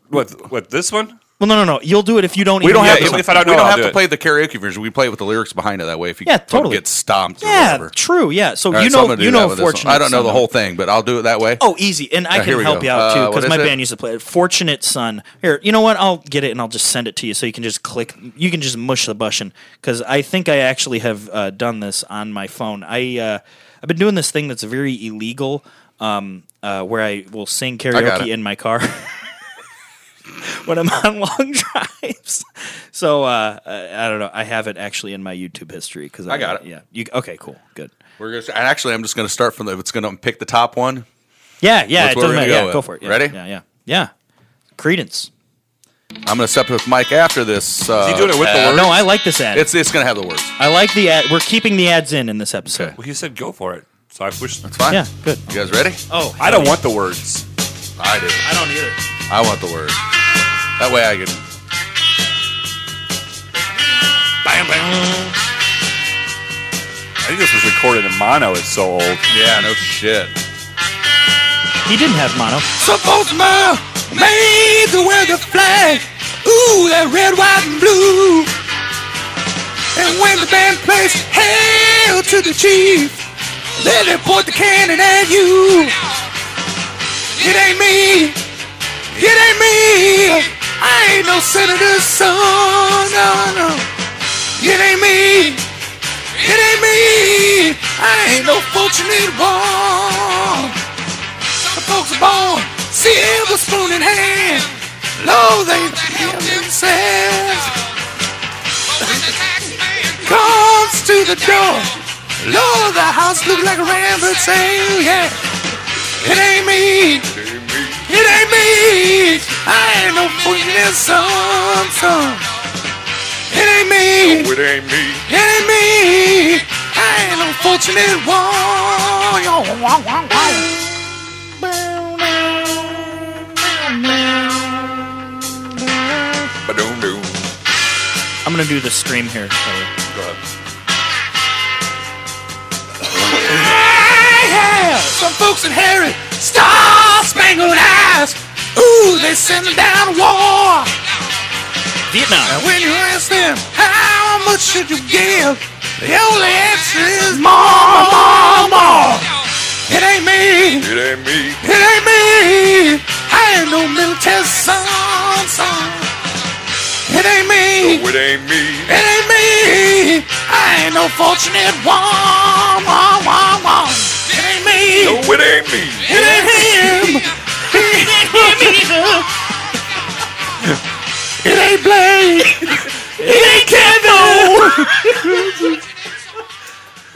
C: What? What? This one?
B: Well, no, no, no. You'll do it if you don't.
C: We
B: even
C: don't
B: know
C: have
B: the
A: Yeah,
B: song.
C: to-
A: even if
C: if I don't know
A: we
C: it,
A: don't
C: I'll
A: have
C: do
A: to
C: it.
A: play the karaoke version. We play it with the lyrics behind it. That way, if you
B: Yeah,
A: fucking
B: totally.
A: get stomped, or
B: Yeah,
A: whatever.
B: true. Yeah. So
A: All right,
B: you
A: so I'm
B: know,
A: gonna do
B: you
A: that
B: know,
A: with this one.
B: fortunate.
A: I don't know
B: Son,
A: the whole thing, but I'll do it that way.
B: Oh, easy, and I
A: here
B: can
A: we
B: help
A: go.
B: you out too
A: Uh, what
B: because
A: is
B: my
A: it?
B: band used to play it. Fortunate Son. Here, you know what? I'll get it and I'll just send it to you, so you can just click. You can just mush the button because I think I actually have uh, done this on my phone. I uh, I've been doing this thing that's very illegal, um, uh, where I will sing
A: got
B: karaoke
A: it.
B: in my car. when I'm on long drives. So uh, I I don't know. I have it actually in my YouTube history because I,
A: got it.
B: Yeah. You, okay. Cool. Good.
A: We're gonna, and actually, I'm just gonna start from the. It's gonna pick the top one.
B: Yeah. Yeah.
A: That's
B: it
A: what
B: doesn't
A: we're
B: matter.
A: gonna go
B: yeah.
A: with.
B: Go for it. Yeah,
A: Ready?
B: Yeah. Yeah. Yeah. Credence.
A: I'm gonna step with Mike after this. Uh,
C: Is he doing it with the
A: ad.
C: words?
B: No, I like this ad.
A: It's it's gonna have the words.
B: I like the ad. We're keeping the ads in in this episode.
A: Okay.
C: Well, he said go for it. So I pushed.
A: Fine.
B: Yeah. Good.
A: You guys ready?
B: Oh,
C: I don't want the words.
A: I do.
B: I don't either.
A: I want the words. That way, I can.
C: Bam, bam. I think this was recorded in mono. It's so old.
A: Yeah. No shit.
B: He didn't have mono.
A: Suppose my made to wear the flag. Ooh, that red, white, and blue. And when the band plays Hail to the Chief, then they point the cannon at you. It ain't me. It ain't me. I ain't no senator's son. No, no. It ain't me. It ain't me. I ain't no fortunate one. The folks are born, silver spoon in hand. Lo, they help themselves. Comes to the door. Lo, the house look like a ramble sale. Yeah, it ain't me. It ain't me. I ain't no fortunate son, son. It ain't me.
C: It ain't me.
A: It ain't me. I ain't no fortunate one. Yo, wow, wow, wow.
B: I'm gonna do the stream here. Sorry.
A: Yeah, some folks inherit star spangled eyes. Ooh, they send them down to war.
B: Vietnam.
A: And when you ask them, how much should you give? The only answer is more, more, more. It ain't me. It ain't me. It ain't me. I ain't no military son, son. It ain't me.
C: It ain't me.
A: It ain't me. I ain't no fortunate one. one, one, one. It ain't me.
C: It ain't me.
A: It ain't him. it ain't Blake. It ain't Kendall.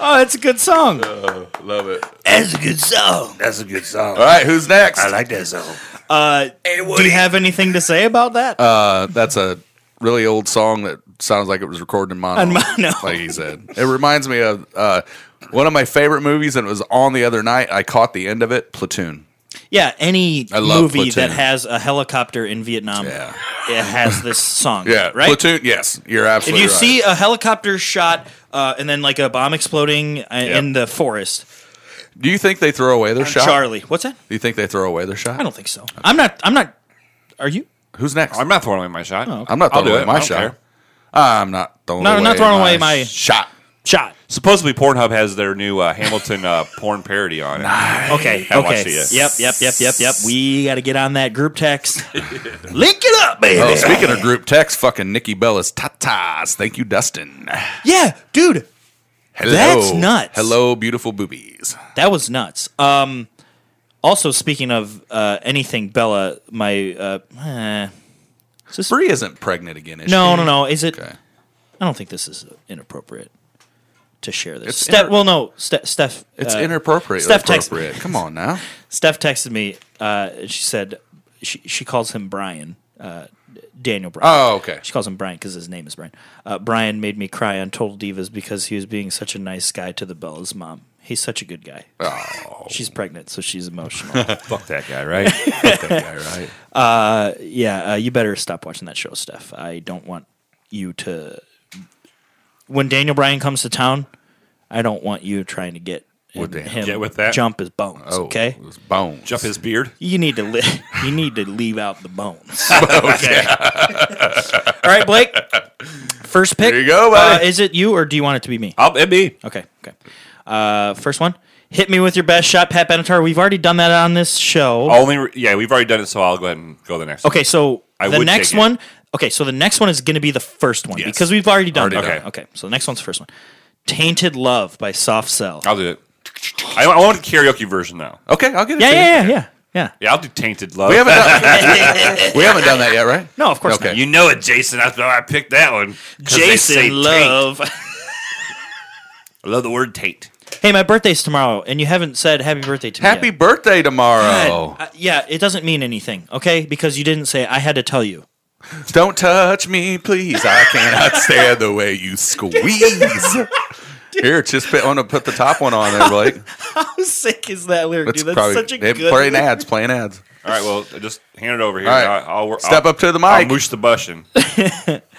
B: Oh, that's a good song.
A: Love it.
B: That's a good song.
C: That's a good song.
A: All right, who's next?
C: I like that song.
B: Uh, do you have anything to say about that?
A: Uh, that's a really old song that sounds like it was recorded in mono.
B: On mono.
A: like he said. It reminds me of uh, one of my favorite movies, and it was on the other night. I caught the end of it, Platoon.
B: Yeah, any
A: I love
B: movie
A: Platoon.
B: that has a helicopter in Vietnam,
A: Yeah.
B: it has this song.
A: Yeah,
B: right.
A: Platoon. Yes, you're
B: if
A: absolutely.
B: you
A: right.
B: see a helicopter shot uh, and then like a bomb exploding uh, in the forest,
A: do you think they throw away their shot?
B: Charlie, what's that?
A: Do you think they throw away their shot?
B: I don't think so. I'm not. I'm not. Are you?
A: Who's next?
C: I'm not throwing away my shot.
A: I'm not
C: I'll
A: throwing away
C: do it. I
A: my
C: don't
A: shot.
C: care.
A: I'm not throwing.
B: No,
A: away
B: I'm not throwing away my-
A: shot.
B: Shot.
C: Supposedly, Pornhub has their new uh, Hamilton uh, porn parody on it.
B: Okay.
C: Haven't watched
B: okay.
C: it yet.
B: Yep. Yep. Yep. Yep. Yep. We got to get on that group text. Link it up, baby.
A: Oh, speaking of group text, fucking Nikki Bella's tatas. Thank you, Dustin.
B: Yeah, dude.
A: Hello.
B: That's nuts.
A: Hello, beautiful boobies.
B: That was nuts. Um, also, speaking of uh, anything, Bella, my uh, eh. is this-
A: Bree isn't pregnant again, is
B: no,
A: she?
B: no, no. Is it?
A: Okay.
B: I don't think this is inappropriate to share this.
A: It's
B: Steph,
A: inter-
B: well, no, Ste- Steph.
A: It's
B: uh,
A: inappropriate.
B: Steph text-
A: appropriate. Come on now.
B: Steph texted me. Uh, and she said she she calls him Brian, uh, Daniel Brian.
A: Oh, okay.
B: She calls him Brian because his name is Brian. Uh, Brian made me cry on Total Divas because he was being such a nice guy to the Bella's mom. He's such a good guy.
A: Oh,
B: She's pregnant, so she's emotional.
C: Oh, Fuck that guy, right?
A: fuck that guy, right?
B: yeah, uh, you better stop watching that show, Steph. I don't want you to. When Daniel Bryan comes to town, I don't want you trying to get
A: With
B: him,
A: Dan-
B: him
C: get with that?
B: jump his bones.
A: Oh,
B: Okay,
A: it was bones.
C: Jump his beard.
B: you need to li- you need to leave out the bones. okay. All right, Blake. First pick.
A: There you go, buddy.
B: Uh, is it you or do you want it to be me?
C: I'll, it be.
B: Okay. Okay. Uh, first one. Hit me with your best shot, Pat Benatar. We've already done that on this show.
C: Only, re- yeah, we've already done it, so I'll go ahead and go the next.
B: Okay, so
C: I
B: the
C: would
B: next
C: take it.
B: one. Okay, so the next one is going to be the first one
C: Yes.
B: because we've already done.
A: Already
B: it.
A: done.
B: okay, okay. So the next one's the first one. Tainted Love by Soft Cell.
C: One. I'll do it. I, I want a karaoke version though.
A: Okay, I'll get it.
B: yeah,
A: to you.
B: yeah, yeah, yeah, yeah.
C: Yeah, I'll do tainted love.
A: We haven't done, we haven't done that yet, right?
B: No, of course
A: Okay.
C: you know it, Jason. That's why I picked that one. 'Cause
B: not.
C: they say
B: Jason Love.
C: taint. I love the word taint.
B: hey, my birthday's tomorrow, and you haven't said happy birthday to
A: Happy
B: me. yet.
A: birthday tomorrow.
C: Oh.
B: God, uh, yeah, it doesn't mean anything, okay? Because you didn't say. I had to tell you.
A: Don't touch me, please. I cannot stand the way you squeeze. Here, just put, want to put the top one on there, Blake.
B: How sick is that lyric,
A: That's
B: dude? That's
A: probably
B: such a
A: they
B: good.
A: playing
B: lyric.
A: ads, playing ads.
C: All right, well, just hand it over here.
A: All right.
C: and I'll, I'll,
A: Step
C: I'll,
A: up to the
C: I'll
A: mic.
C: moosh the bushin.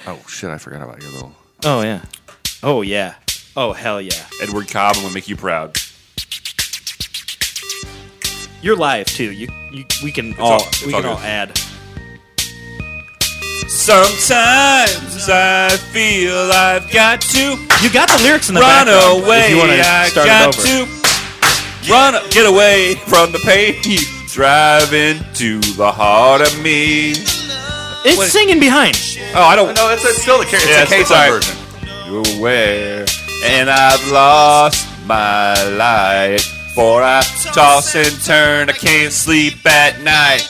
A: Oh shit, I forgot about your little.
B: Oh yeah. Oh yeah. Oh hell yeah.
C: Edward Cobb will make you proud.
B: You're live too. You, you we can all,
C: all- it's
B: we
C: all
B: can all
C: good.
B: add.
C: Sometimes I feel I've got to
B: You got the lyrics in the
C: run
B: background.
C: away.
B: If you want
C: I
B: to start
C: got
B: it over.
C: to run, get away from the pain. You drive into the heart of me.
B: It's
C: Wait.
B: singing behind.
C: Oh, I don't
A: No, it's, it's still the it's
C: Yeah, it's-
A: the
C: it's
A: K-pop
C: all right.
A: version.
C: know where, and I've lost my light. For I toss and turn, I can't sleep at night.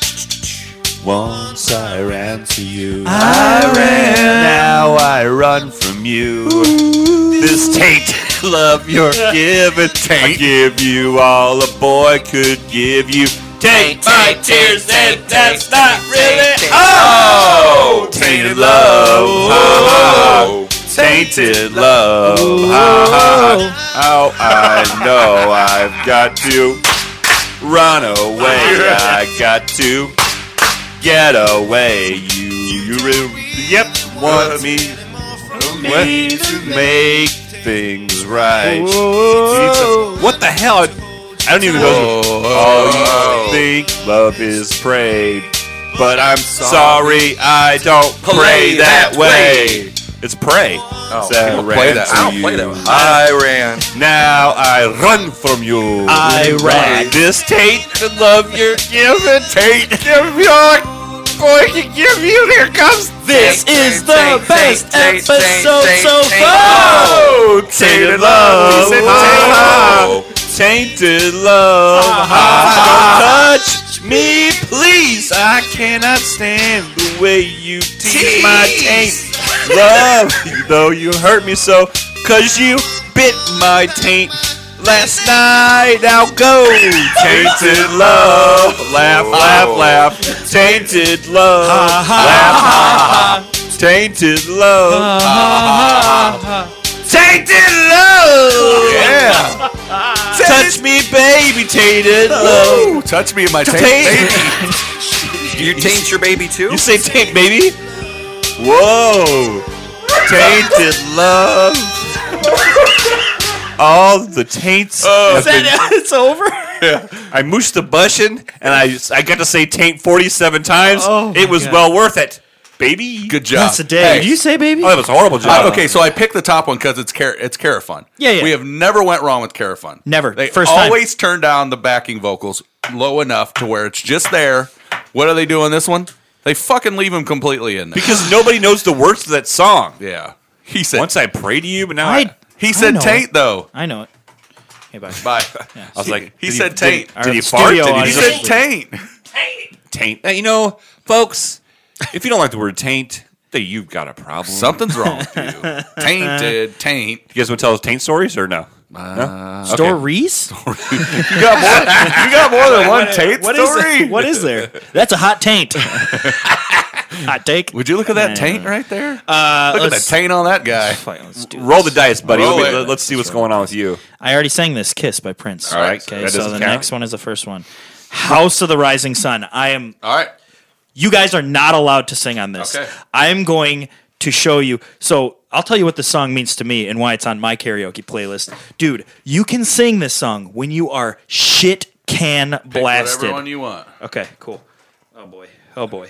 C: Once I ran to you, I ran. Now I run from you. This taint, love you're giving. I give you all a boy could give you. Take my tears, and that's not really. Oh, tainted love. Oh, tainted love. Oh, I know I've got to run away. I got to get away. You, you, re- yep, want me away to make things right. Jesus. What the hell? I don't even know.
A: Oh,
C: All you think love is prayed, but I'm sorry I don't pray that way. It's pray. Oh,
A: people play that. I don't play that one.
C: I ran. Uh, Now I run from you.
B: I ran.
C: This Tate, the love you're giving. Tate, give your boy can give you. Here comes
B: This is the best episode so far.
C: Oh, tainted love.
A: Tainted
C: Oh, Tainted love. Don't touch me, please. I cannot stand the way you tease my taint. Love, though you hurt me so, cause you bit my taint. Last night, I'll go. Tainted love. Laugh, laugh, laugh. Tainted love. Laugh, laugh. Tainted love.
A: Uh-huh.
C: Tainted love. Yeah. Touch me, baby.
D: tainted love.
A: Ooh, touch me in my taint.
D: Taint.
A: baby.
D: Do you taint your baby too? You say taint, baby? Whoa. Tainted love.
C: All the taints.
A: Oh.
C: have been-
B: it's over.
C: I mooshed the bushin and I I got to say taint 47 times.
B: Oh,
C: it
B: my
C: was
B: God.
C: well worth it, baby.
A: Good job.
B: That's a day.
A: Hey,
B: Did you say, baby?
C: Oh, that was a horrible job.
A: I- okay, so I picked the top one because it's Car- it's Carafun.
B: Yeah, yeah.
A: We have never went wrong with Carafun.
B: Never.
A: They
B: First time.
A: always turn down the backing vocals low enough to where it's just there. What are they doing this one? They fucking leave them completely in there.
C: Because nobody knows the words to that song.
A: yeah. He said.
C: Once I pray to you, but now I,
B: I,
A: he
B: know
A: said
B: it.
A: taint though.
B: I know it. Hey, bye.
A: Bye.
C: I was like,
A: He
C: did
A: said
C: did
A: taint.
C: Did, he
B: Our
C: fart?
B: studio
C: Did he
A: He
B: audience.
A: said
C: just
A: taint.
C: taint? Uh, You know, folks, if you don't like the word taint, then you've got a problem.
A: Something's wrong with you. Tainted. Taint.
C: you guys want to tell us taint stories or no?
B: Stories?
A: You got more. You got more than one taint
B: What is
A: story.
B: what is there? That's a hot taint. hot take.
A: Would you look at that taint right there?
B: Uh,
A: look at the
B: let's-
A: taint on that guy.
B: Fine, let's do
C: Roll the dice, buddy.
A: Roll
C: Let
A: it.
C: me, let, us see what's going on with you.
B: I already sang this "Kiss" by Prince.
A: All right,
B: Okay,
C: that
B: so
C: doesn't
B: the
C: count.
B: next one is the first one. House of the Rising Sun. I am.
A: All right.
B: You guys are not allowed to sing on this.
A: Okay.
B: I am going to show you. So I'll tell you what this song means to me and why it's on my karaoke playlist, dude. You can sing this song when you are shit can
A: Whatever
B: blasted.
A: one you want.
B: Okay, cool. Oh boy. Oh boy.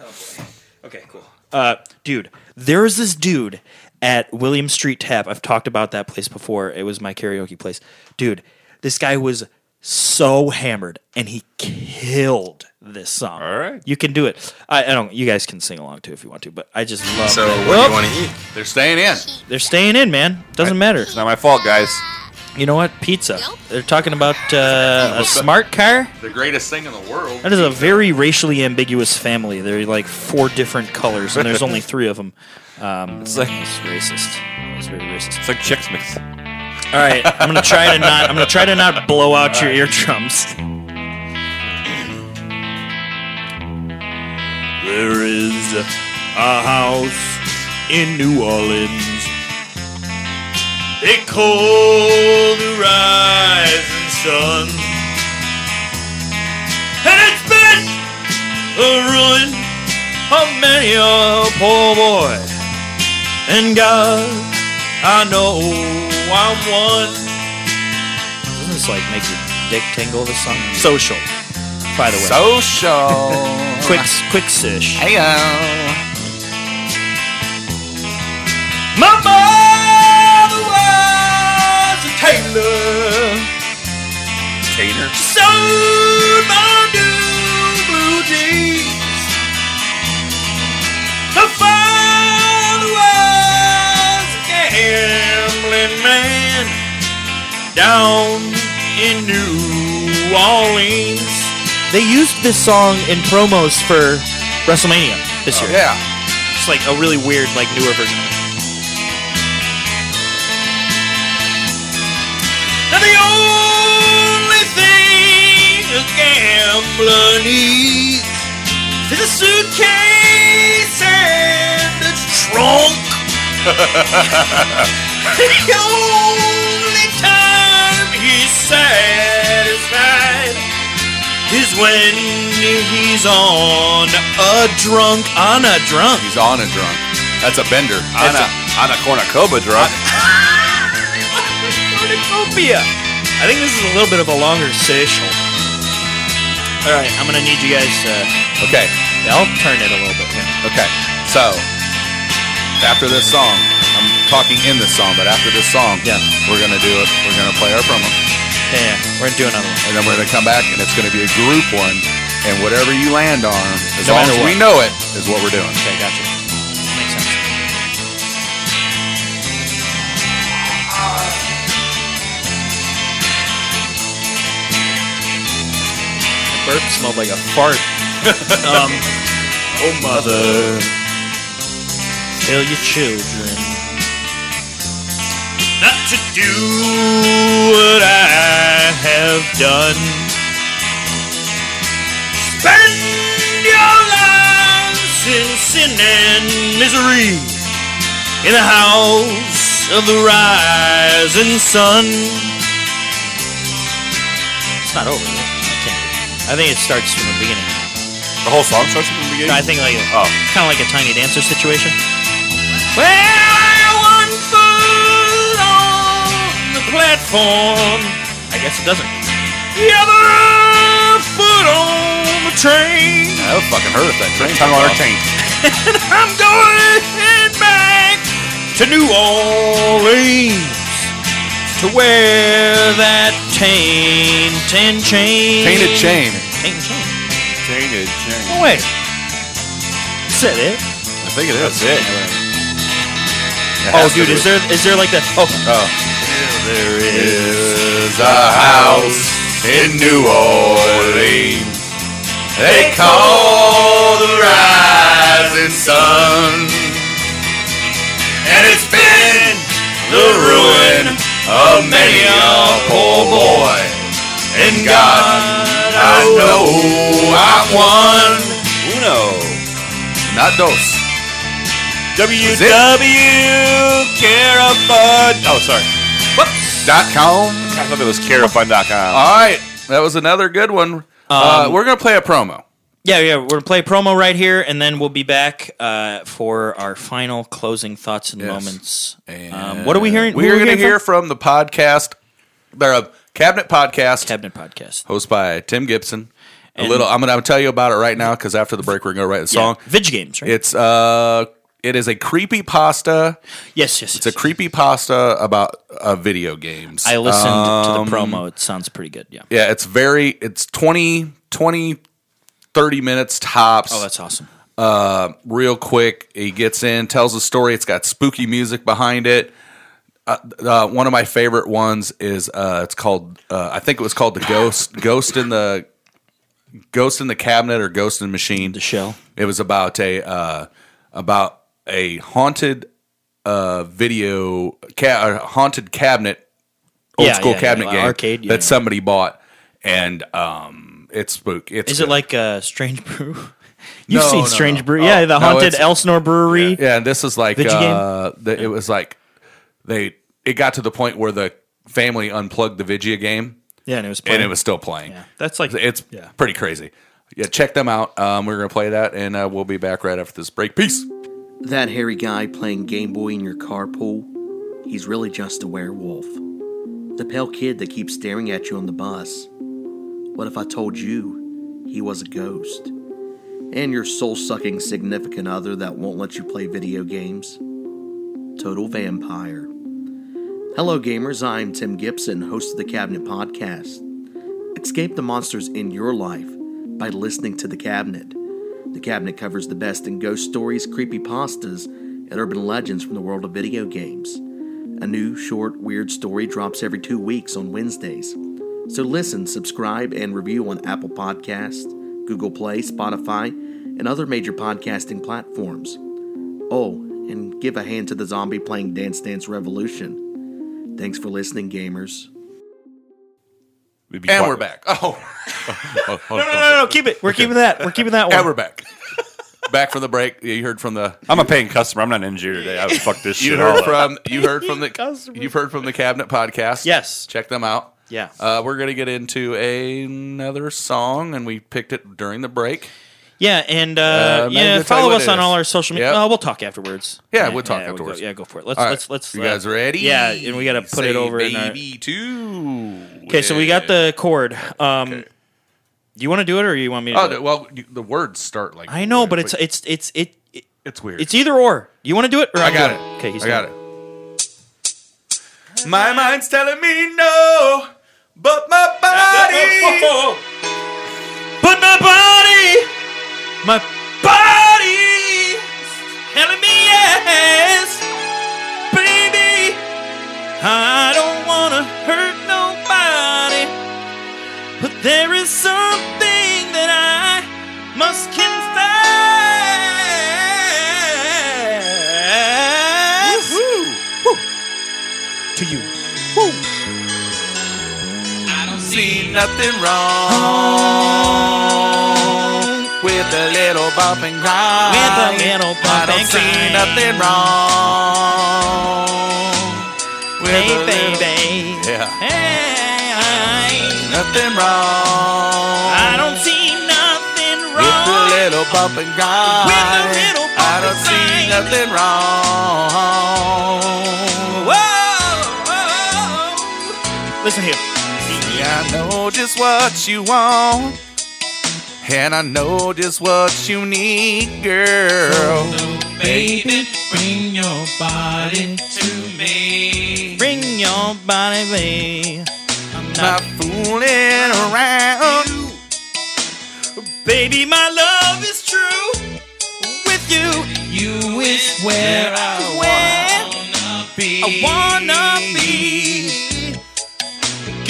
B: Oh boy. Okay, cool. Uh, dude, there is this dude at William Street Tap. I've talked about that place before. It was my karaoke place. Dude, this guy was so hammered and he killed this song. All
C: right.
B: You can do it. I, I don't you guys can sing along too if you want to, but I just love
D: So,
B: that.
D: what do
B: Well,
D: you want to eat?
A: They're staying in.
B: they're staying in, man. Doesn't matter.
C: It's not my fault, guys.
B: You know what? Pizza. They're talking about uh, a smart car.
A: The greatest thing in the world.
B: That is a very racially ambiguous family. They're like four different colors, and there's only three of them. Um, it's
C: like-
B: racist. It's very racist.
C: It's like Chex Mix.
B: All right, I'm gonna try to not. I'm gonna try to not blow out your eardrums. There is a house in New Orleans. They call the rising sun, and it's been the ruin of many a poor boy. And God, I know I'm one. Doesn't this like make your dick tingle? This song, social, by the way.
A: Social.
B: quick, quick sish.
A: Heyo.
B: My mother was a tailor.
C: Tater.
B: She sewed my new blue jeans. My father was a gambling man down in New Orleans. They used this song in promos for WrestleMania this year.
A: Yeah.
B: It's like a really weird, like newer version. Now the only thing a gambler needs is a suitcase and a trunk. the only time he's satisfied is when he's on a drunk on a drunk.
A: He's on and drunk. That's a bender.
C: On a, on a cornucopia drop.
B: Cornucopia. I think this is a little bit of a longer session. All right, I'm gonna need you guys. Uh,
A: Okay.
B: I'll turn it a little bit. Here.
A: Okay. So after this song, I'm talking in this song, but after this song,
B: Yeah.
A: we're gonna do it. We're gonna play our promo,
B: Yeah, yeah, we're gonna do another one.
A: and then we're gonna come back, and it's gonna be a group one. And whatever you land on, as
B: No
A: long
B: matter
A: as we
B: what.
A: know it, is what we're doing.
B: Okay, gotcha. Makes sense. Burp smelled like a fart. um, oh mother, tell your children not to do what I have done. Spend your lives in sin and misery in the house of the rising sun. it's not over. is it? I can't- I think it starts from the beginning.
C: The whole song starts from the beginning.
B: No, I think like
C: Oh.
B: kind of like a Tiny Dancer situation.
E: Well, one foot on the platform,
B: I guess it doesn't.
E: the other foot on the train.
A: I would fucking hurt if that train
C: Tongue on
A: took
C: her
A: off.
C: tank.
E: I'm going back to New Orleans to where that taint and chain.
A: Painted chain.
B: Ain't chain.
C: Tainted chain.
B: No way. Is that it?
A: I think it is.
C: That's it.
B: Oh, dude, is there is there like the oh
A: There is a house in New Orleans. They call the rising sun. And it's been the ruin of many a poor boy. And God, I know I'm one.
C: Uno.
A: Not those.
C: WW Carafun. Oh, sorry.
A: Dot com.
C: I thought it was carafun.com.
A: All right, that was another good one. uh,
B: Um,
A: we're gonna play a promo.
B: yeah yeah we're gonna play promo right here and then we'll be back uh, for our final closing thoughts and moments. um, what are we hearing? who
A: We're gonna
B: hearing
A: hear
B: from?
A: from the podcast, the cabinet podcast,
B: cabinet podcast.
A: hosted by Tim Gibson. A little. I'm gonna, I'm gonna tell you about it right now because after the break we're gonna write the song.
B: Yeah. Vidge games, right?
A: It's uh, it is a creepy pasta.
B: yes, yes. yes.
A: It's a creepy pasta about uh, video games.
B: I
A: Uh,
B: listened to the promo. It sounds pretty good. Yeah.
A: yeah, it's very. It's 20, 20, 30 minutes tops.
B: Oh, that's awesome.
A: real quick. He gets in, tells a story. It's got spooky music behind it. Uh, uh, one of my favorite ones is uh, it's called uh, I think it was called the ghost ghost in the ghost in the cabinet or ghost in the machine.
B: The shell.
A: It was about a uh, about a haunted uh, video ca- uh, haunted cabinet old
B: Yeah,
A: school
B: yeah, yeah,
A: cabinet
B: like
A: game
B: arcade, yeah.
A: that somebody bought and um, it's spook. It's
B: Is it
A: good.
B: like uh, Strange Brew? You've
A: No,
B: seen
A: no,
B: Strange
A: no.
B: Brew.
A: Oh,
B: yeah, the
A: no,
B: haunted
A: it's-
B: Elsinore Brewery.
A: Yeah, and this is like
B: Video game?
A: uh, the, it was like they it got to the point where the family unplugged the Vigia game
B: Yeah, and it was
A: and
B: playing.
A: it was still playing.
B: Yeah. That's like
A: It's
B: yeah.
A: pretty crazy. Yeah, check them out. Um, we're gonna play that, and uh, we'll be back right after this break. Peace.
F: That hairy guy playing Game Boy in your carpool, he's really just a werewolf. The pale kid that keeps staring at you on the bus. What if I told you he was a ghost? And your soul sucking significant other that won't let you play video games? Total Vampire. Hello, gamers. I'm Tim Gibson, host of the Cabinet Podcast. Escape the monsters in your life by listening to The Cabinet. The cabinet covers the best in ghost stories, creepypastas, and urban legends from the world of video games. A new short, weird story drops every two weeks on Wednesdays. So listen, subscribe, and review on Apple Podcasts, Google Play, Spotify, and other major podcasting platforms. Oh, and give a hand to the zombie playing Dance Dance Revolution. Thanks for listening, gamers.
C: We'd be
A: And
C: quiet.
A: we're back. Oh,
B: no, no, no, keep it. We're keeping that. We're keeping that one.
A: and we're back. back from the break. You heard from the
C: I'm a paying customer. I'm not an engineer today. I would fuck this shit
A: you
C: all
A: heard
C: up.
A: from you heard from the
B: Customers.
A: you've heard from the cabinet podcast.
B: Yes.
A: check them out.
B: Yeah.
A: Uh, we're gonna get into another song, and we picked it during the break.
B: yeah, and uh,
A: Uh, maybe
B: yeah,
A: we'll tell you
B: follow
A: what
B: us
A: it
B: on
A: is.
B: all our social media.
A: Yep.
B: No, we'll talk afterwards.
A: Yeah, we'll talk
B: go-
A: afterwards.
B: yeah, go for it. Let's
A: All right.
B: let's let's.
A: You
B: uh,
A: guys ready?
B: Yeah, and we got to put
A: Say
B: it over. in our-
A: baby two.
B: okay, so we got the chord. Um, Do you want to do it, or you want me? to
A: Oh
B: do it?
A: the- well, you- the words start like
B: I know, but
A: weird,
B: it's it's it's it, it
A: it's weird.
B: it's either or. You want to do it, or
A: I
B: I'll
A: got
B: do
A: it.
B: Okay, he's
A: I got it. My mind's telling me no, but my body.
B: But my body, my body, telling me yes, baby. I don't wanna hurt nobody, but there is something that I must confess Woo. to you. Woo.
E: I don't
A: See nothing wrong with a little bump and grind.
B: With a little
A: I
B: bump
A: don't
B: and
A: see
B: grind.
A: nothing wrong with a
B: Hey,
A: little-
B: baby.
A: Yeah.
B: Hey, I-
A: nothing wrong.
B: I don't see nothing
A: With the
B: wrong.
A: little bump and grind.
B: little bump
A: I don't
B: and
A: see
B: grind.
A: nothing wrong.
B: Whoa, whoa. Listen here.
A: Yeah, I know just what you want. And I know just what you need, girl.
B: Baby, bring your body to me. Bring your body to me. I'm
A: Not
B: not
A: fooling around.
B: you. Baby, my love is true. With you, you is where I wanna be. I wanna be.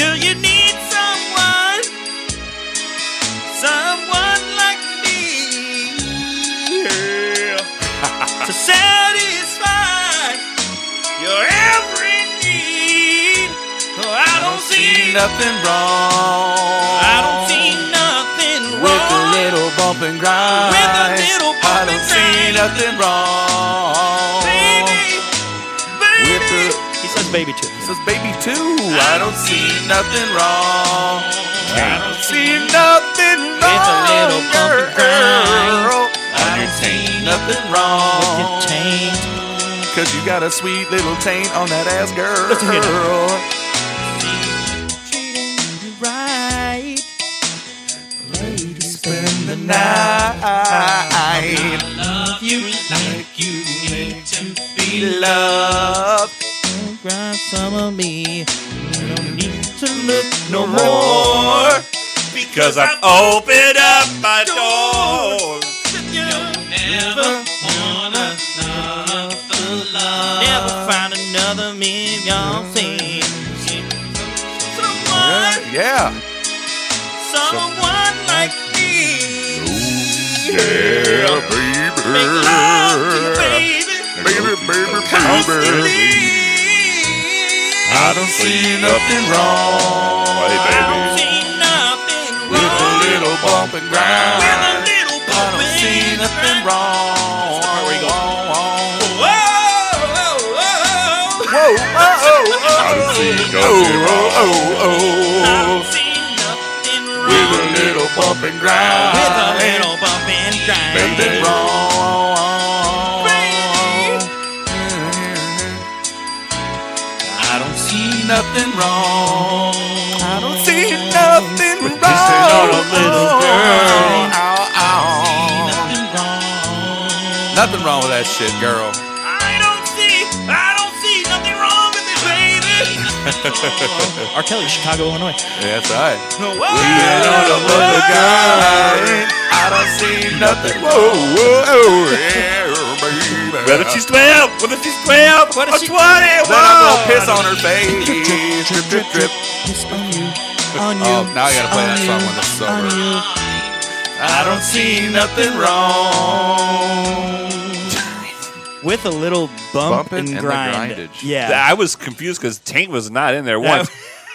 B: Girl, you need someone, someone like me to satisfy your every need. Oh, I don't see.
A: Nothing wrong.
B: I don't see nothing
A: With a
B: wrong.
A: little bump and grind.
B: With a little bump
A: I don't
B: and
A: see
B: grind.
A: nothing wrong.
B: Baby,
A: With
B: baby.
A: the
G: He says baby too.
A: Says baby too. I don't see nothing wrong. I don't see nothing wrong.
B: It's a little bump and grind.
A: girl. I don't see nothing wrong.
B: Taint.
A: Cause you got a sweet little taint on that ass girl.
G: Listen here
B: Right.
A: Spend the night.
B: Love you like you need to be loved.
A: Love
B: Grab some of me. No need to look
A: no more.
C: Because I've opened up my door.
B: Never want another love. Never find another man y'all see. Someone,
A: Yeah.
B: someone like me.
A: Yeah, baby.
B: Make love to you, baby.
A: Baby, baby, baby.
B: Constantly.
A: I don't see nothing wrong.
B: I
C: Hey, baby.
B: don't see nothing
A: With a
B: wrong.
A: little bump and
B: With a
A: grind.
B: little
A: I don't see nothing wrong. Oh,
B: Whoa, whoa,
A: Whoa, oh,
B: whoa.
A: oh, oh. Oh, oh,
B: I
A: oh.
B: don't see nothing
A: With a
B: wrong.
A: little bump and
B: With a
A: grind.
B: little bump and grind.
A: Nothing wrong.
B: I don't see
A: Nothing wrong. I don't see nothing wrong.
C: on a little girl.
A: Ow, ow.
B: nothing wrong.
A: Nothing wrong with that shit, girl.
B: I don't see, I don't see nothing wrong with it, baby.
G: R. Kelly, Chicago, Illinois.
A: Yeah, that's right.
B: No
A: I don't see nothing. Whoa, whoa, oh, yeah, baby.
C: Whether she's 12, whether she's 12, what
B: What
C: or
B: if she-
A: Then
C: 20,
A: I'm gonna
C: whoa.
A: piss on her face. Drip, drip, drip.
G: It's on you. On you.
A: Oh, now I gotta play that song when it's
G: on
A: over.
G: you.
A: I don't see nothing wrong.
G: With a little bump,
A: Bumpin' and
G: and,
A: the
G: grind.
A: grindage.
G: yeah.
C: I was confused because Taint was not in there once.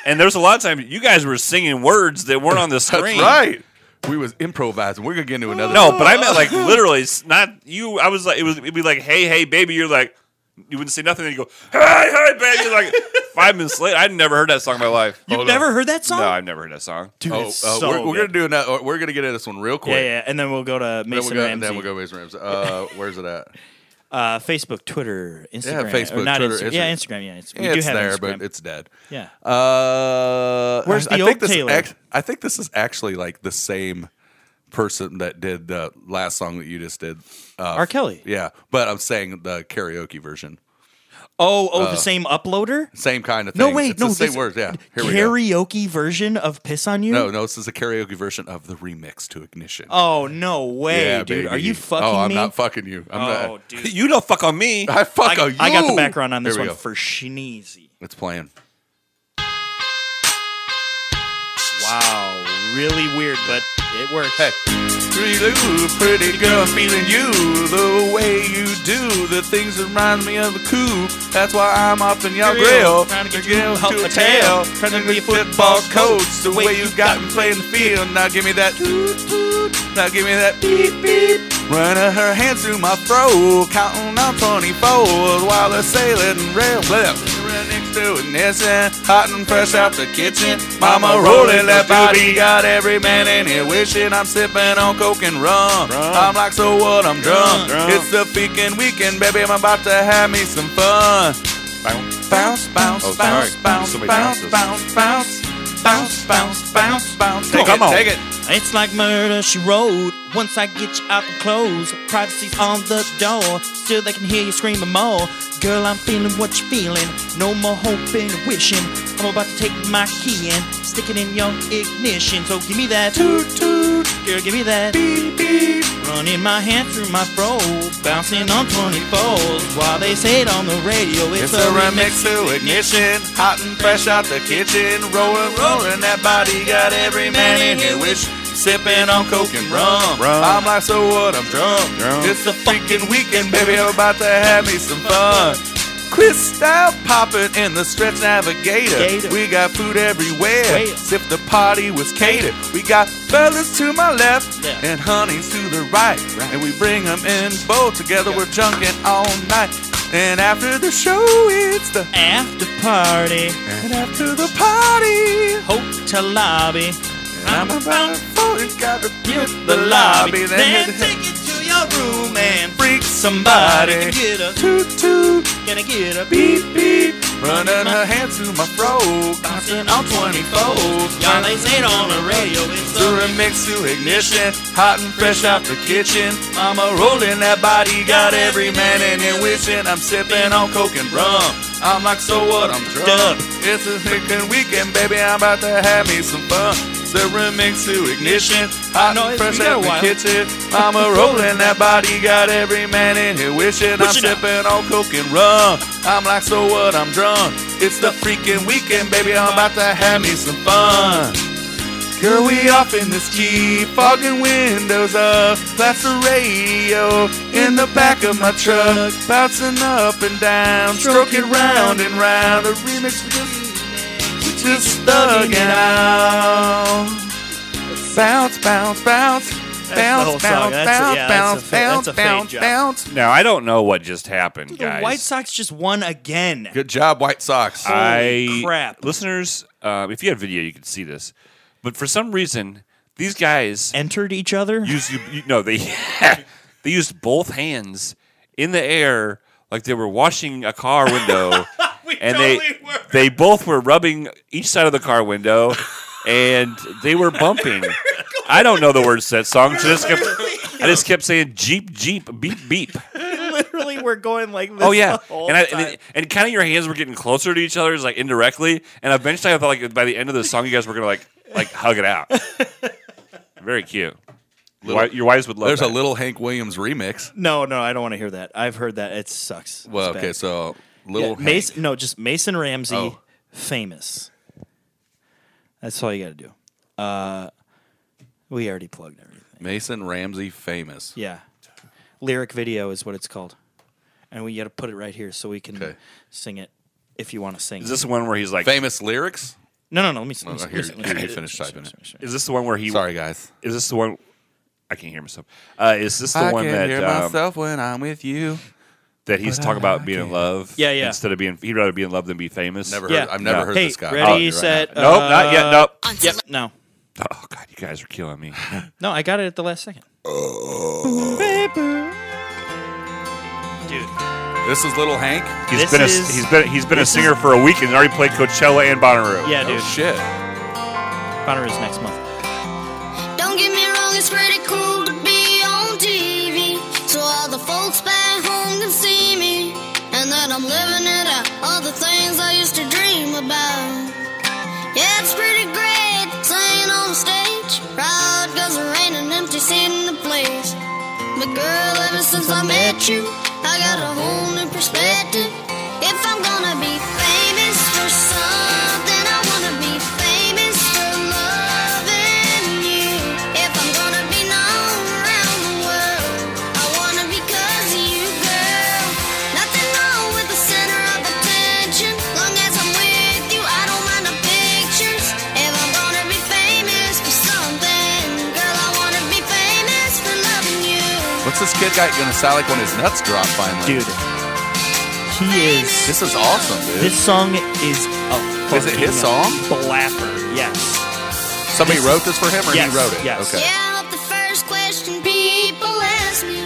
C: And there was a lot of times you guys were singing words that weren't on the
A: That's
C: screen.
A: right. We was improvising. We're gonna get into another.
C: No, but I meant like literally, it's not you. I was like, it was it'd be like, hey, hey, baby. You're like, you wouldn't say nothing. Then you go, hey, hey, baby. You're like five minutes later, I'd never heard that song in my life.
G: You've
A: Hold on.
G: never heard that song?
C: No, I've never heard that song.
G: Dude,
A: Oh,
G: it's
A: uh,
G: so
A: we're, we're
G: good.
A: gonna do another. We're gonna get into this one real quick.
G: Yeah, yeah, and then we'll go to
A: Then we'll
G: Mason
A: go.
G: Ramsey.
A: Then we'll go Mason Ramsey. Uh, where's it at?
G: Uh, Facebook, Twitter, Instagram. or
A: Facebook,
G: not
A: Twitter,
G: Insta- yeah, Instagram. Yeah, it's, we do
A: it's
G: have
A: there,
G: Instagram.
A: but it's dead.
G: yeah.
A: Uh,
G: Where's
A: I,
G: the
A: I
G: old
A: think this
G: Taylor?
A: act- I think this is actually like the same person that did the last song that you just did. Uh,
G: R. Kelly.
A: yeah, but I'm saying the karaoke version.
G: Oh, oh, the same uploader.
A: Same kind of thing.
G: No, wait,
A: it's
G: no,
A: the same
G: this-
A: words. Yeah, here we go.
G: Karaoke version of "Piss on You."
A: No, no, this is a karaoke version of the remix to Ignition.
G: Oh no way,
A: yeah,
G: dude!
A: baby.
G: Are you fucking
A: Oh, I'm
G: me?
A: not fucking you. I'm
G: oh,
A: not.
G: dude!
C: You don't fuck on me.
A: I fuck
G: I,
A: on you.
G: I got the background on this
A: Here
G: one
A: we go.
G: for Shneezy.
A: It's playing.
G: Wow, really weird, but it works.
A: Hey. Pretty, pretty girl, I'm feeling you. The way you do the things that remind me of the coup. That's why I'm up in your grill.
G: Trying to get
A: Grill
G: you out
A: to a
G: the
A: tail.
G: tail.
A: Trying to be a football coach. The way you got me playing the field. Now give me that toot toot. Now give me that beep beep. Running her hands through my throat. Counting on 24 while they're sailing rail. Blah. doing this and hot and fresh out the kitchen. Mama rolling that body, got every man in here wishing I'm sipping on coke and rum. I'm like, so what? I'm drunk. It's the weekend weekend, baby. I'm about to have me some fun. Bounce, bounce,
C: Oh,
A: bounce,
C: sorry.
A: bounce,
C: Somebody
A: bounce,
C: bounces.
A: bounce, bounce, bounce, bounce, bounce, bounce. Take it,
C: Come on.
A: take it.
E: It's like murder, she wrote. Once I get you out the clothes, privacy's on the door. Still, they can hear you screaming more. Girl, I'm feeling what you're feeling. No more hoping and wishing. I'm about to take my key and stick it in your ignition. So give me that toot toot. Girl, give me that beep beep. Running my hand through my fro, bouncing on 24s while they say it on the radio. It's,
A: It's a remix to ignition, hot and fresh out the kitchen, rolling, rolling. That body got every man in here wish. Sipping on coke and rum.
C: Rum.
A: I'm like, so what? I'm drunk.
C: Drunk.
A: It's a freaking weekend, baby. I'm about to have me some fun. Crystal popping in the stretch navigator.
E: Gator.
A: We got food everywhere.
E: Wait.
A: As if the party was catered. We got fellas to my left
E: Yeah.
A: and honeys to the right. And we bring them in both together. We're junking all night. And after the show, it's the
E: After party,
A: and after the party.
E: hotel lobby.
A: I'm about 40, got to
E: you
A: the lobby.
E: Then
A: Then hit-
E: take it to your room and
A: freak
E: somebody
A: somebody.
E: can get a
A: Toot toot,
E: gonna get a beat
A: beep beep. Running her hands through my fro, bouncing on 20 folds.
E: Y'all they say it on the radio. It's
A: The
E: a
A: remix to ignition, hot and fresh out the kitchen. Mama rolling that body, got every man in here wishing. I'm sipping on coke and rum. I'm like, so what? I'm drunk. It's a freaking weekend, baby. I'm about to have me some fun. It's The remix to ignition, hot and
E: Noise,
A: fresh
E: we got
A: out
E: a
A: the
E: while.
A: kitchen. Mama rolling that body, got every man in here wishing. I'm
E: Wishing.
A: sipping on coke and rum. I'm like, so what? I'm drunk. It's the freaking weekend, baby. I'm about to have me some fun. Girl, we off in this Jeep, fogging windows up. That's the radio in the back of my truck. Bouncing up and down, stroking round and round. The remix we just, we just thugging out. Bounce, bounce, bounce. Bounce,
B: whole
A: bounce,
B: song. That's a- yeah,
A: bounce,
B: that's a fa-
A: bounce,
B: that's a fade
A: bounce,
B: job.
A: bounce.
C: Now I don't know what just happened,
B: The
C: guys.
B: White Sox just won again.
A: Good job, White Sox.
C: I
B: crap.
C: listeners. Uh, if you had video, you could see this. But for some reason, these guys
B: Entered each other.
C: used you, you, no they they used both hands in the air like they were washing a car window, and they they both were rubbing each side of the car window, and they were bumping. I don't know the words to that song, so just kept, I just kept saying Jeep Jeep beep beep.
B: Literally, we're going like this.
C: Oh yeah,
B: the whole
C: and I,
B: time.
C: and, and kind of your hands were getting closer to each other, like indirectly. And eventually, I thought like by the end of the song, you guys were gonna like like hug it out. Very cute. Your wi- your wives would love.
A: There's a
C: that.
A: little Hank Williams remix.
B: no, no, I don't want to hear that. I've heard that. It sucks.
A: Well,
B: It's
A: okay,
B: bad.
A: so
B: Yeah,
A: little Hank.
B: Mason, no, just Mason Ramsey,
A: Oh.
B: famous. That's all you got to do. Uh, we already plugged everything.
A: Mason Ramsey, famous.
B: Yeah, lyric video is what it's called, and we got to put it right here so we can
A: Okay.
B: sing it if you want to sing.
C: Is this the one where he's like?
A: Famous lyrics.
B: no, no, no. Let me. Let me,
A: Oh,
B: let me,
A: here,
B: let me-
A: here, you finish typing it.
C: Is this the one where he?
A: Sorry, guys.
C: Is this the one? I can't hear myself. Uh, is this the
A: I
C: one
A: can
C: that
A: hear
C: um,
A: myself when I'm with you.
C: that he's talking about being in love?
B: Yeah, yeah.
C: Instead of being, he'd rather be in love than be famous.
A: Never
B: Yeah.
A: heard. I've never
C: No.
A: heard
B: Hey,
A: this guy.
B: ready,
A: I'll do it right
B: set.
A: now.
C: Nope, not yet.
B: Uh,
C: Nope.
B: Yep. No.
C: Oh god, you guys are killing me.
B: No, I got it at the last second.
A: This is Little Hank.
C: He's
B: This
C: been a
B: is-
C: he's been he's been a
B: this
C: singer for a week and already played Coachella and Bonnaroo.
B: Yeah,
A: Oh
B: dude.
A: shit.
B: Bonner is next month.
H: Don't get me wrong, it's pretty cool to be on TV. So all the folks back home can see me. And that I'm living it out. All the things I used to dream about. Yeah, it's pretty great singing on stage. Proud cause there ain't an empty seat in the place. But girl, ever since I met you, I got a whole new perspective. If I'm gonna be famous for something, I wanna be famous for loving you. If I'm gonna be known around the world, I wanna be 'cause of you, girl. Nothing wrong with the center of attention. Long as I'm with you, I don't mind the pictures. If I'm gonna be famous for something, girl, I wanna be famous for loving you.
A: What's this kid guy gonna sound like when his nuts drop finally?
B: Dude, he is.
A: This is awesome, dude.
B: This song is a
A: Is it his
B: fucking
A: song?
B: Blapper, yes.
A: Somebody wrote this for him, or
B: Yes,
A: he wrote it.
B: yes.
A: Okay.
H: Yeah, but the first question people ask me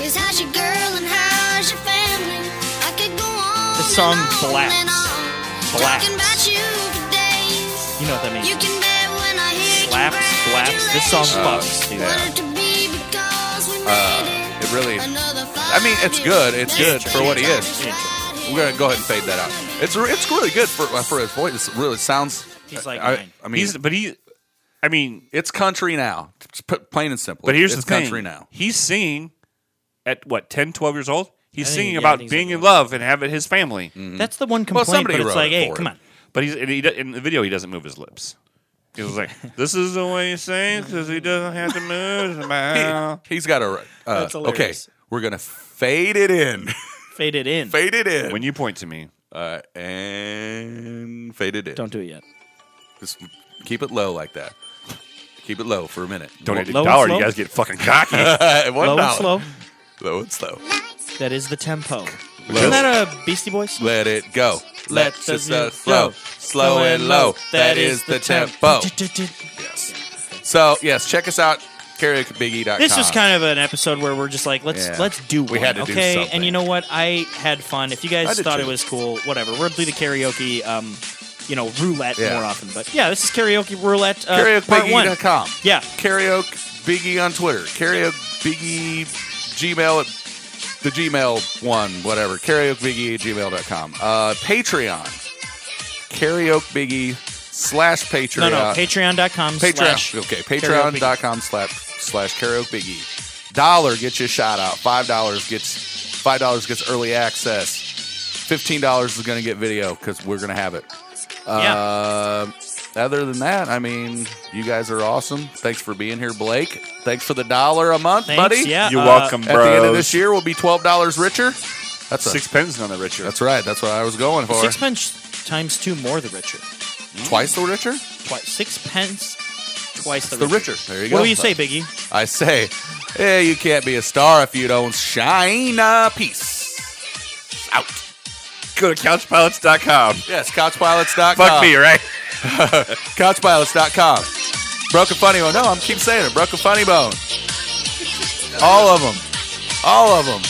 H: is how's your girl and how's your family? I could go on.
B: The song
H: and on
B: Blacks.
H: and on,
B: Blacks.
H: Talking about you for days.
B: You know what that
H: You
B: means.
H: can bet when I hear
B: Slaps, slaps. This song
A: Uh,
H: congratulations.
B: fucks, dude.
A: yeah.
H: Wanted to be because we made
A: It really.
H: it. Another
A: I mean, it's good. It's
H: five years
A: good for what he
H: later,
A: is.
H: just right
A: We're gonna go ahead and fade that out. It's re- it's really good for for his voice. It really sounds.
B: He's like
A: I,
B: mine.
A: I mean,
C: He's, but he, I mean,
A: it's country now. It's p- plain and simple.
C: but here's
A: it's
C: the thing.
A: country now.
C: He's singing at what 10, 12 years old. He's
B: I think-
C: singing
B: yeah, I
C: about
B: think so.
C: being in love and having his family.
A: Mm.
B: That's the one complaint,
A: somebody
B: but
A: wrote
B: it's like,
A: it
B: hey,
A: for
B: come
A: him.
B: on.
C: But he's and he, do- in the video he doesn't move his lips. He was like, "This is the way you say because he doesn't have to move his mouth."
A: He, has got a. Uh,
B: That's
A: okay,
B: hilarious.
A: we're gonna fade it in.
B: Fade it in.
A: fade it in.
C: When you point to me,
A: uh, and fade it in.
B: Don't do it yet.
A: Just keep it low like that. Keep it low for a minute.
C: donate a
B: low and
C: dollar,
B: slow?
C: you guys get fucking cocky.
A: One
B: Low and
A: dollar.
B: slow.
A: Low and slow.
B: That is the tempo. Isn't that a Beastie Boys?
A: Let it go.
B: Let
A: Let
B: the
A: us uh,
B: music
A: flow.
B: go.
A: Slow and low. That is the tempo. Yes. So, yes, check us out, karaokebiggie.com.
B: This was kind of an episode where we're just like, let's
A: Yeah.
B: let's do one,
A: We had to do
B: okay?
A: something.
B: and you know what? I had fun. If you
A: I
B: guys
A: did
B: thought
A: too.
B: it was cool, whatever. We'll do the karaoke, um, you know, roulette
A: Yeah.
B: more often. But yeah, this is karaoke roulette uh, part one.
A: karaokebiggie.com.
B: Yeah.
A: Karaoke Biggie on Twitter. Karaokebiggie Gmail at the Gmail one, whatever. Karaokebiggie at gmail.com. Uh, Patreon. Karaokebiggie slash Patreon.
B: No, no, patreon.com
A: Patreon.
B: slash
A: okay,
B: karaoke.
A: patreon.com slash slash karaoke biggie. Dollar gets you a shout out. Five dollars gets five dollars gets early access. Fifteen dollars is gonna get video because we're gonna have it. Uh, other than that, I mean, you guys are awesome. Thanks for being here, Blake. Thanks for the dollar a month,
B: Thanks,
A: buddy.
B: yeah.
C: You're
B: uh,
C: welcome,
A: At
C: bro.
A: the end of this year, we'll be twelve dollars richer. That's a,
C: six pens none the richer.
A: That's right. That's what I was going for.
B: Sixpence times two more the richer.
A: Twice the richer.
B: Twice. Sixpence twice the
A: The
B: richer.
A: richer. There you go.
B: What do you say, Biggie?
A: I say, hey, you can't be a star if you don't shine. Uh, peace. Out.
C: Go to couchpilots.com.
A: Yes, couchpilots.com.
C: Fuck me, right?
A: Couchpilots.com. Broken Funny Bone. No, I'm keep saying it. Broken Funny Bone. All of them. All of them.